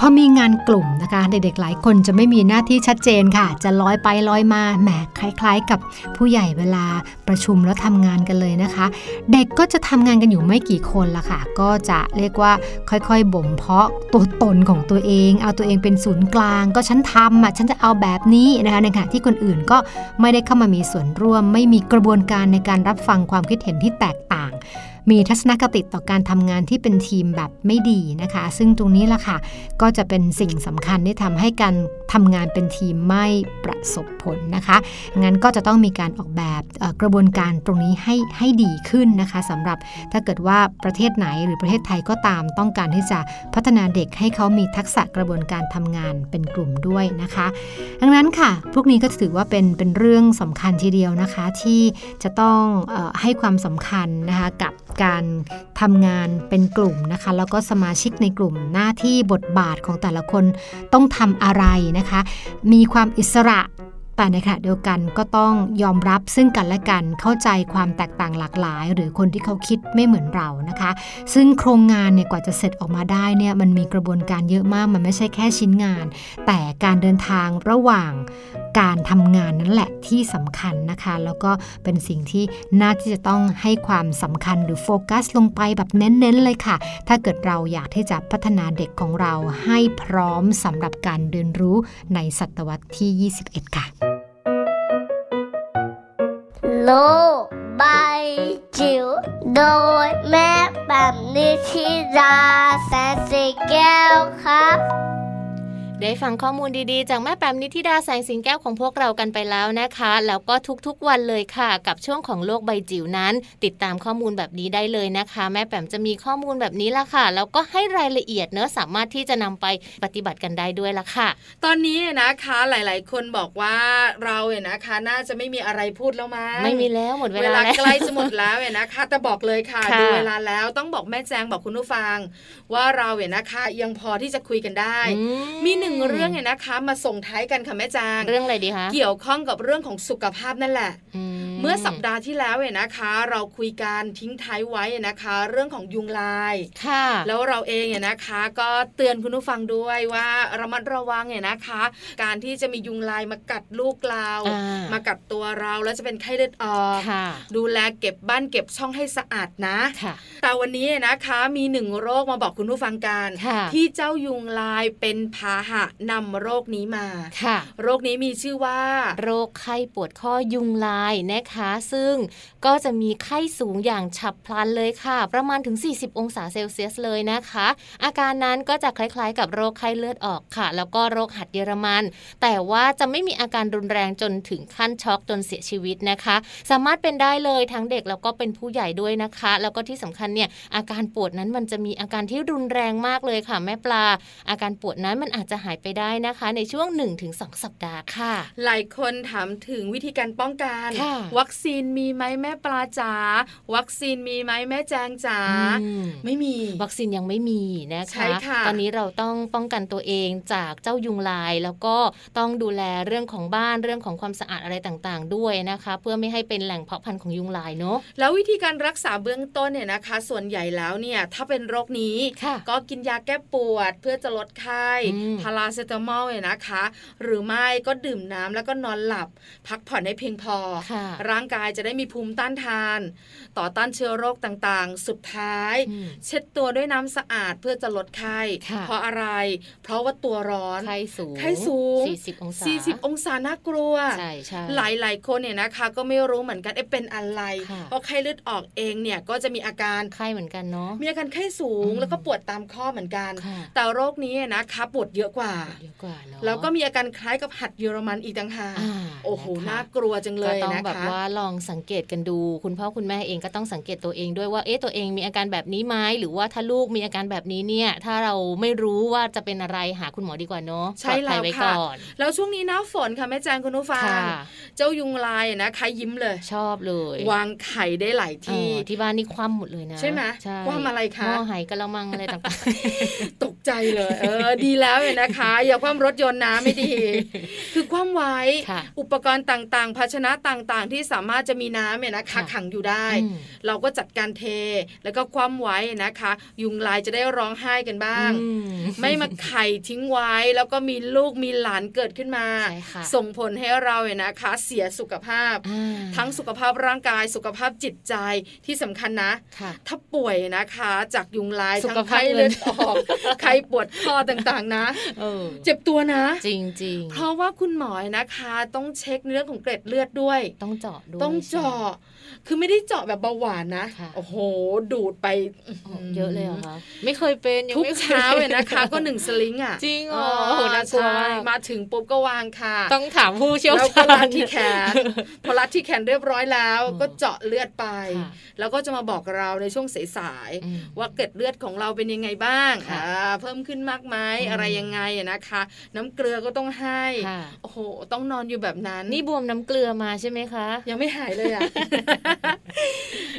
G: พอมีงานกลุ่มนะคะ เด็กๆหลายคนจะไม่มีหน้าที่ชัดเจนค่ะ จะลอยไปลอยมาแหมคล้าย ๆ กับผู้ใหญ่เวลาประชุมแล้วทำงานกันเลยนะคะ เด็กก็จะทำงานกันอยู่ไม่กี่คนละค่ะ ก็จะเรียกว่าค่อยๆบ่มเพาะตัวตนของตัวเอง เอาตัวเองเป็นศูนย์กลาง ก็ฉันทำอ่ะฉันจะเอาแบบนี้นะคะในขณะที่คนอื่นก็ไม่ได้เข้ามามีส่วนร่วม ไม่มีกระบวนการในการรับฟังความคิดเห็นที่แตกต่าง มีทัศนคติต่อการทำงานที่เป็นทีมแบบไม่ดีนะคะ ซึ่งตรงนี้ล่ะค่ะ ก็จะเป็นสิ่งสำคัญที่ทำให้การทำงานเป็นทีมไม่ประสบผลนะคะ งั้นก็จะต้องมีการออกแบบเอ่อกระบวนการตรงนี้ให้ให้ดีขึ้นนะคะสำหรับถ้าเกิดว่าประเทศไหนหรือประเทศไทยก็ตามต้องการที่จะพัฒนาเด็กให้เขามีทักษะกระบวนการทำงานเป็นกลุ่มด้วยนะคะ ดังนั้นค่ะ พวกนี้ก็ถือว่าเป็นเป็นเรื่องสำคัญทีเดียวนะคะที่จะต้องเออให้ความสำคัญนะคะกับการทำงานเป็นกลุ่มนะคะ แล้วก็สมาชิกในกลุ่มหน้าที่บทบาทของแต่ละคนต้องทำอะไรนะคะ มีความอิสระ แต่ในขณะเดียวกันก็ต้องยอมรับซึ่งกันและกันเข้าใจความแตกต่างหลากหลาย หรือคนที่เขาคิดไม่เหมือนเรานะคะ ซึ่งโครงงานเนี่ยกว่าจะเสร็จออกมาได้เนี่ยมันมีกระบวนการเยอะมากมันไม่ใช่แค่ชิ้นงาน แต่การเดินทางระหว่างการทำงานนั่นแหละที่สำคัญนะคะ แล้วก็เป็นสิ่งที่น่าที่จะต้องให้ความสำคัญหรือโฟกัสลงไปแบบเน้นๆเลยค่ะ ถ้าเกิดเราอยากที่จะพัฒนาเด็กของเราให้พร้อมสำหรับการเรียนรู้ในศตวรรษที่ 21 ค่ะ
H: โลกใบจิ๋วโดยแม่แบบนิชิราแสนสีแก้วครับ
B: ได้ฟังข้อมูลดีๆ จากแม่แปมนิธิดาแสงสิงแก้วของพวกเรากันไปแล้วนะคะ แล้วก็ทุกๆวันเลยค่ะ กับช่วงของโลกใบจิ๋วนั้น ติดตามข้อมูลแบบนี้ได้เลยนะคะ แม่แปมจะมีข้อมูลแบบนี้ละค่ะ แล้วก็ให้รายละเอียดเนอะสามารถที่จะนำไปปฏิบัติกันได้ด้วยละค่ะ
C: ตอนนี้นะคะหลาย ๆ คนบอกว่าเราเนี่ยนะคะ น่าจะไม่มีอะไรพูดแล้วมั้ง
B: ไม่มีแล้วหมดเว
C: เว
B: ลา
C: ลา
B: แล้ว
C: ใกล้จะหมดแล้วเนี่ยนะคะ แต่บอกเลยค่ะ
B: ค่ะ
C: ดูเวลาแล้วต้องบอกแม่แจงบอกคุณผู้ฟัง ว่าเราเนี่ยนะคะ ยังพอที่จะคุยกันได้
B: อืม
C: มีหนึ่งเรื่องเนี่ยนะคะ มาส่งท้ายกันค่ะแม่แจง
B: เรื่องอะไรดีคะ
C: เกี่ยวข้องกับเรื่องของสุขภาพนั่นแหละ เมื่อสัปดาห์ที่แล้วเนี่ยนะคะ เราคุยกันทิ้งท้ายไว้เนี่ยนะคะ เรื่องของยุงลาย
B: ค่ะ
C: แล้วเราเองเนี่ยนะคะ ก็เตือนคุณผู้ฟังด้วยว่าระมัดระวังเนี่ยนะคะ การที่จะมียุงลายมากัดลูกเรา
B: อ่
C: มากัดตัวเราแล้วจะเป็นไข้เลือดออก
B: ค่ะ
C: ดูแลเก็บบ้านเก็บช่องให้สะอาดนะ
B: ค่ะ
C: แต่วันนี้นะคะมีหนึ่งโรคมาบอกคุณผู้ฟังกัน
B: ค่ะ
C: ที่เจ้ายุงลายเป็นพาหะนำโรคนี้มา
B: ค่ะ
C: โรคนี้มีชื่อว่า
B: โรคไข้ปวดข้อยุงลายนะคะ ซึ่งก็จะมีไข้สูงอย่างฉับพลันเลยค่ะ ประมาณถึง 40 องศาเซลเซียสเลยนะคะ อาการนั้นก็จะคล้ายๆ กับโรคไข้เลือดออกค่ะ แล้วก็โรคหัดเยอรมัน แต่ว่าจะไม่มีอาการรุนแรงจนถึงขั้นช็อกจนเสียชีวิตนะคะ สามารถเป็นได้เลยทั้งเด็กแล้วก็เป็นผู้ใหญ่ด้วยนะคะ แล้วก็ที่สำคัญเนี่ยอาการปวดนั้นมันจะมีอาการที่รุนแรงมากเลยค่ะ แม่ปลา อาการปวดนั้นมันอาจจะหายไปได้นะคะ ในช่วง 1-2 สัปดาห์ค่ะ
C: หลายคนถามถึงวิธีการป้องกัน
B: ค่ะ
C: วัคซีนมีไหมแม่ปลาจ๋าวัคซีนมีไหมแม่แจงจ๋า
B: อืม
C: ไม่มี
B: วัคซีนยังไม่มีนะคะ
C: ใช่ค่ะ
B: ตอนนี้เราต้องป้องกันตัวเองจากเจ้ายุงลาย แล้วก็ต้องดูแลเรื่องของบ้านเรื่องของความสะอาดอะไรต่างๆ ด้วยนะคะ เพื่อไม่ให้เป็นแหล่งเพาะพันธุ์ของยุงลายเนาะ
C: แล้ววิธีการรักษาเบื้องต้นเนี่ยนะคะ ส่วนใหญ่แล้วเนี่ยถ้าเป็นโรคนี้
B: ค่ะ
C: ก็กินยาแก้ปวดเพื่อจะลดไข้
B: อืม
C: พาราเซตามอลเนี่ยนะคะ หรือไม่ก็ดื่มน้ำแล้วก็นอนหลับ พักผ่อนให้เพียงพอ
B: ค่ะ
C: ร่างกายจะได้มีภูมิต้านทาน ต่อต้านเชื้อโรคต่างๆ สุดท้าย
B: อืม
C: เช็ดตัวด้วยน้ำสะอาดเพื่อจะลดไข้
B: ค่ะ
C: เพราะอะไร เพราะว่าตัวร้อน
B: ไข้สูง
C: ไข้สูง
B: 40 องศา
C: 40 องศาน่ากลัว
B: ใช่ใช่
C: หลายหลายๆคนเนี่ยนะคะ ก็ไม่รู้เหมือนกันเอ๊ะเป็นอะไร
B: ค่ะ
C: เพราะไข้เลือดออกเองเนี่ยก็จะมีอาการ
B: ไข้เหมือนกันเนาะ
C: มีอาการไข้สูง
B: อืม
C: แล้วก็ปวดตามข้อเหมือนกัน
B: ค่ะ
C: แต่โรคนี้นะคะปวดเยอะกว่า
B: เยอะกว่าเนาะ
C: แล้วก็มีอาการคล้ายกับหัดเยอรมันอีกต่างหาก
B: อ่า
C: โอ้โห
B: ะคะ
C: น่ากลัวจังเล
B: ก็
C: ย
B: ต้อง
C: นะ
B: แบบ
C: คะ
B: ว่าลองสังเกตกันดู คุณพ่อคุณแม่เองก็ต้องสังเกตตัวเองด้วยว่าเอ๊ะตัวเองมีอาการแบบนี้ไหมหรือว่าถ้าลูกมีอาการแบบนี้เนี่ย ถ้าเราไม่รู้ว่าจะเป็นอะไรหาคุณหมอดีกว่าเนาะ
C: ใช่แล้ว
B: ปอดภัยไว้
C: ค่ะ
B: ก่อน
C: แล้วช่วงนี้หน้าฝนค่ะแม่แจงคุณผู้ฟัง
B: ค่ะ
C: เจ้ายุงลายนะคะยิ้มเลย
B: ชอบเลยว
C: างไข่ได้หลาย
B: เอ
C: ที่
B: อที่บ้านนี่คว่ำหมดเลยนะ
C: ใช่ไหมคว่ำอะไรคะ
B: หม้อไหกระมังอะไรต่าง
C: ตกใจเลย เออ ดีแล้วเนี่ยนะคะ อย่าคว่ำรถยนต์นะไม่ดี คือคว่ำไว้
B: ๆ ค่ะ
C: อุปกรณ์ต่างๆ ภาชนะต่างๆ ที่สามารถจะมีน้ำเนี่ยนะคะ
B: ค่ะ
C: ขังอยู่ได้
B: อืม
C: เราก็จัดการเท แล้วก็คว่ำไว้นะคะ ยุงลายจะได้ร้องไห้กันบ้าง
B: อืม
C: ไม่มาไข่ทิ้งไว้ แล้วก็มีลูกมีหลานเกิดขึ้นมา
B: ใช่ค่ะ
C: ส่งผลให้เราเนี่ยนะคะ เสียสุขภาพ
B: อ่า
C: ทั้งสุขภาพร่างกายสุขภาพจิตใจที่สำคัญนะ
B: ค่ะ
C: ถ้าป่วยนะคะ จากยุงลาย
B: สุ
C: ทั้
B: ข
C: ง
B: ภาพ
C: ไข้
B: เงิ
C: เลือน ดออกไข้ปวดคอต่างๆ นะ
B: เออ
C: เจ็บตัวนะ
B: จริงจริงๆ
C: เพราะว่าคุณหมอนะคะ ต้องเช็คเรื่องของเกล็ดเลือดด้วย
B: ต้องเจาะด้วย
C: ต้องเจาะคือไม่ได้เจาะแบบเบาหวานนะ
B: ค่ะ
C: โอ้โห ดูดไป
B: อ๋อเยอะเลยเหรอคะไม่เคยเป็นยัง
C: ทุก
B: ไม่คย
C: เช้าเลยนะคะ ก็หนึ่งสลิงอ่ะ
B: จริงเหรอโอ้โหน่ากลัว
C: ใช่
B: มาก
C: มาถึงปุ๊บก็วางค่ะ
B: ต้องถามผู้เชี่ยว
C: แล้ว
B: ชา
C: ก็
B: ญ
C: รัดที่แขนพอรัดที่แขนเรียบร้อยแล้ว
B: อืม
C: ก็เจาะเลือดไป
B: ค่ะ
C: แล้วก็จะมาบอกเราในช่วงสาย
B: อืม
C: ๆว่าเกล็ดเลือดของเราเป็นยังไงบ้าง
B: ค่ะ
C: อ่าเพิ่มขึ้นมากไหม
B: อืม
C: อะไรยังไง อะนะคะ น้ำเกลือก็ต้องให้
B: ค่ะ
C: โอ้โห ต้องนอนอยู่แบบนั้น
B: นี่บวมน้ำเกลือมาใช่ไหมคะ
C: ยังไม่หายเลยอะ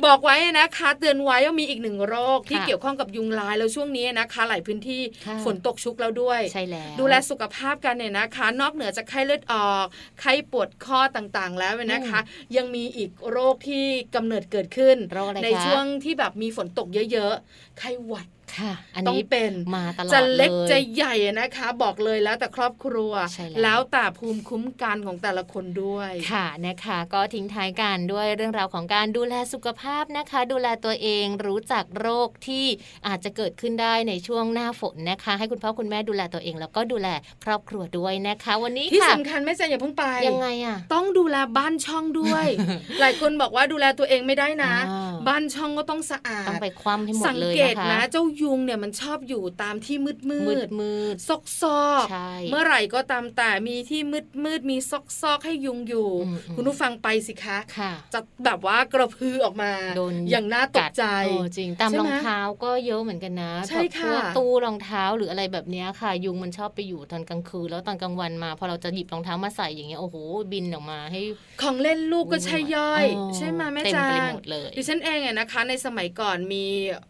C: บอกไว้นะคะ เตือนไว้ว่ามีอีกหนึ่งโรคที่
B: ค่ะ
C: เกี่ยวข้องกับยุงลายแล้วช่วงนี้นะคะ หลายพื้นที่
B: ค่ะ
C: ฝนตกชุกแล้วด้วย
B: ใช่แล้ว
C: ดูแลสุขภาพกันเนี่ยนะคะ นอกเหนือจากไข้เลือดออก ไข้ปวดข้อต่างๆ แล้วเนี่ยนะคะ ยังมีอีกโรคที่กำเนิดเกิดขึ้น
B: โรคอะไรคะ
C: ในช่วงที่แบบมีฝนตกเยอะๆ ไข้หวัด
B: ค่ะ อัน
C: ต้อง
B: นี้
C: เป็น
B: มาตลอด
C: จะเล็ก
B: ย
C: จะใหญ่นะคะ บอกเลยแล้วแต่ครอบครัว
B: ใช่แล้ว
C: วแต่ภูมิคุ้มกันของแต่ละคนด้วย
B: ค่ะนะคะก็ทิ้งท้ายกันด้วยเรื่องราวของการดูแลสุขภาพนะคะ ดูแลตัวเองรู้จักโรคที่อาจจะเกิดขึ้นได้ในช่วงหน้าฝนนะคะ ให้คุณพ่อคุณแม่ดูแลตัวเอง แล้วก็ดูแลครอบครัวด้วยนะคะ วันนี้
C: ที่
B: ค่ะ
C: สำคัญแม่แจงอย่าเพิ่งไป
B: ยังไงอ่ะ
C: ต้องดูแลบ้านช่องด้วย หลายคนบอกว่าดูแลตัวเองไม่ได้นะ
B: อ่า
C: บ้านช่องก็ต้องสะอาด
B: ต้องไปคว่ำให้หมด
C: สัง
B: เลย
C: เกต
B: นะคะ
C: นะเจ้ายุงเนี่ยมันชอบอยู่ตามที่มืดมื
B: มื
C: ด
B: ดมืด
C: ซอกซอก
B: ใช่
C: เมื่อไหร่ก็ตามแต่มีที่มืดมืดมีซอกซอกให้ยุงอยู่
B: อืมอืม
C: คุณผู้ฟังไปสิคะ
B: ๆค่ะ
C: จะแบบว่ากระพือออกมา
B: โดน
C: อย่างน่าตกใจ
B: ดเออจริงตาม
C: ใช่
B: รอ
C: ไหม
B: งเท้าก็เยอะเหมือนกันนะ
C: ใช่
B: แบบพวก
C: ค่ะ
B: ตู้รองเท้าหรืออะไรแบบเนี้ยค่ะ ยุงมันชอบไปอยู่ตอนกลางคืนแล้วตอนกลางวันมาพอเราจะหยิบรองเท้ามาใส่อย่างเงี้ยโอ้โหบินออกมาให้
C: ของเล่นลูกก็ใช่ย่อย
B: อ๋อ
C: ใช่ไหมแม่
B: เต็ม
C: จา
B: ไป
C: ง
B: หมดเลย
C: ดิฉันเองอะนะคะ ในสมัยก่อนมี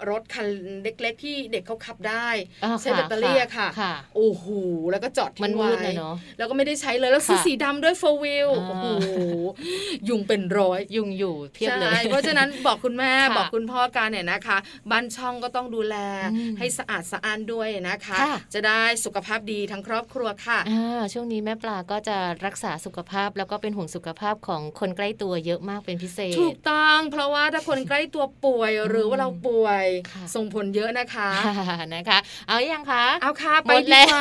C: รถคันเล็กๆ ที่เด็กเขาขับได้
B: อ่า
C: ใช้
B: ค่ะ
C: แบตเตอรี่อะค่ะ
B: ค่ะ
C: โอ้โหแล้วก็จอดทิ้ง
B: มันมื
C: ไว้
B: ดเลยเนาะ
C: แล้วก็ไม่ได้ใช้เลยแล้วซื้อ
B: ค่ะ
C: สีดำด้วยโฟวิล
B: อ่า
C: โอ้โหยุงเป็นร้อย
B: ยุงอยู่เพียบเลย
C: ใช่เพราะฉะนั้นบอกคุณแม่
B: ค่ะ
C: บอกคุณพ่อการเนี่ยนะคะ บ้านช่องก็ต้องดูแล
B: อืม
C: ให้สะอาดสะอ้านด้วยนะคะ
B: ค่ะ
C: จะได้สุขภาพดีทั้งครอบครัวค่ะ
B: อ่าช่วงนี้แม่ปลาก็จะรักษาสุขภาพแล้วก็เป็นห่วงสุขภาพของคนใกล้ตัวเยอะมากเป็นพิเศษ
C: ถูกต้องเพราะว่าถ้าคนใกล้ตัวป่วยหรือว่าเราป่วย
B: ค่ะ
C: ส่งผลเยอะนะคะ
B: ค่ะนะคะ เอาอยังคะ
C: เอาค่ะ
B: ห
C: ไป
B: มด
C: ดี
B: แล้ว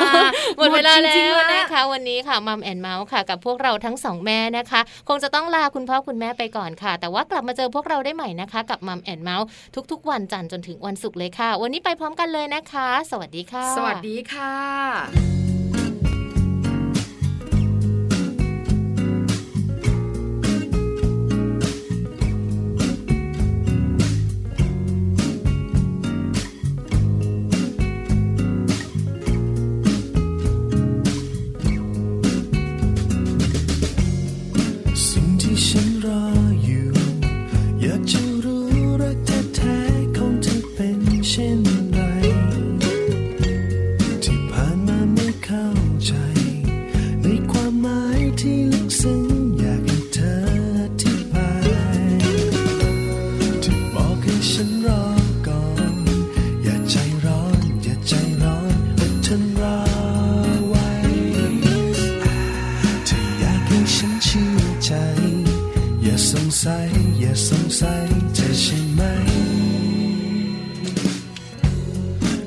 C: กว่า
B: หมดเวลา
C: จ
B: แล้
C: ริงๆ
B: ว
C: แล้ว
B: นะคะ วันนี้ค่ะมัมแอนเมาส์ค่ะ กับพวกเราทั้งสองแม่นะคะ คงจะต้องลาคุณพ่อคุณแม่ไปก่อนค่ะ แต่ว่ากลับมาเจอพวกเราได้ใหม่นะคะ กับมัมแอนเมาส์ทุกๆ วันจันทร์จนถึงวันศุกร์เลยค่ะ วันนี้ไปพร้อมกันเลยนะคะ สวัสดีค่ะ
C: สวัสดีค่ะ
F: สิ่งที่ฉันรออยู่ อยากจะรู้รักแท้ๆของเธอเป็นเช่นไร ที่ผ่านมาไม่เข้าใจ ในความหมายที่ลึกซึ้งอยากให้เธออธิบาย ที่บอกให้ฉันรอก่อน อย่าใจร้อน อย่าใจร้อนอดทนรอไว้ เธออยากให้ฉันเชื่อใจ อย่าสงสัย อย่าสงสัยเธอใช่ไหม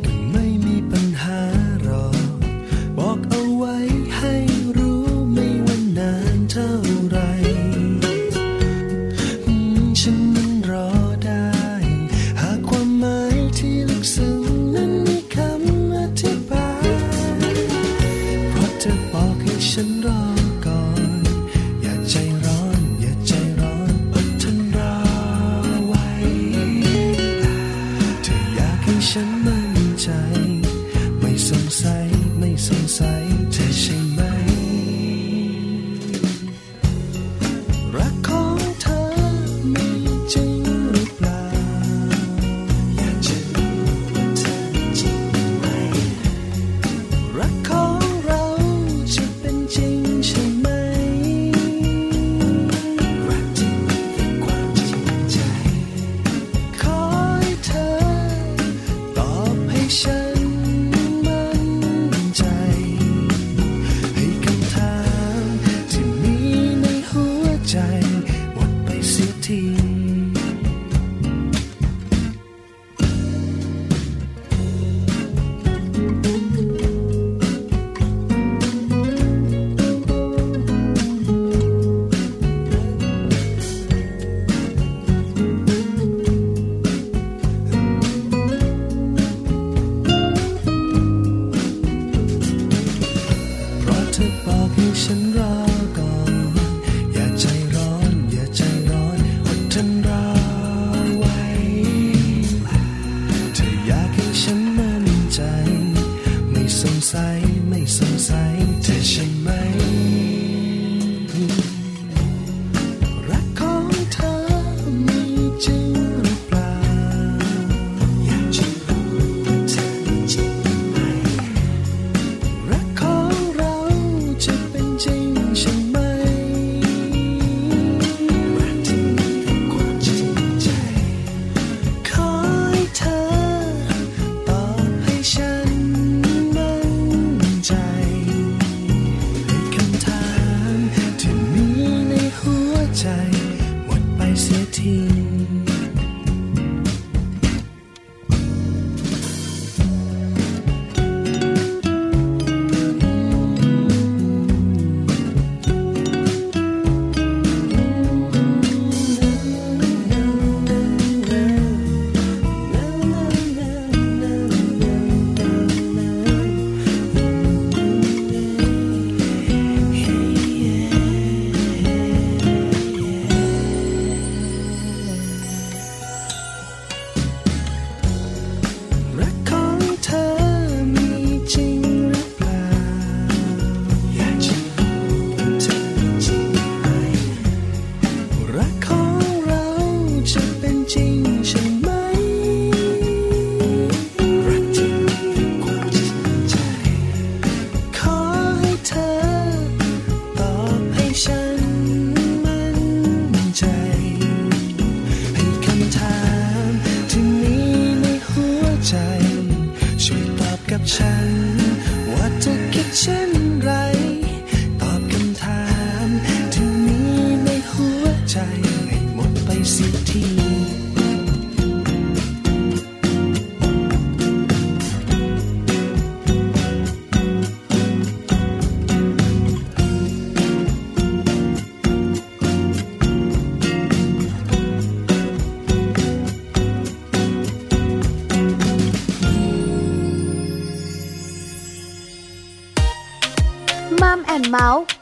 F: ก็ไม่มีปัญหาหรอกบอกเอาไว้ให้รู้ไม่ว่านานเท่าไหรอืมฉันนั้นรอได้ หากความหมายที่ลึกซึ้งนั้นมีคำอธิบาย เพราะเธอบอกให้ฉันรอก่อน อย่าใจร้อน อย่าใจร้อนอดทนรอไว้ เธออยากให้ฉันมั่นใจ ไม่สงสัย ไม่สงสัยเธอใช่ไหม รักของเธอมีจริงหรือเปล่า อยากจะรู้ว่าเธอมีจริงไหม รักของเราจะเป็นจริงใช่ไหม รักจริงเป็นความจริงใจ ขอให้เธอตอบ
D: มัมแอนเมาส์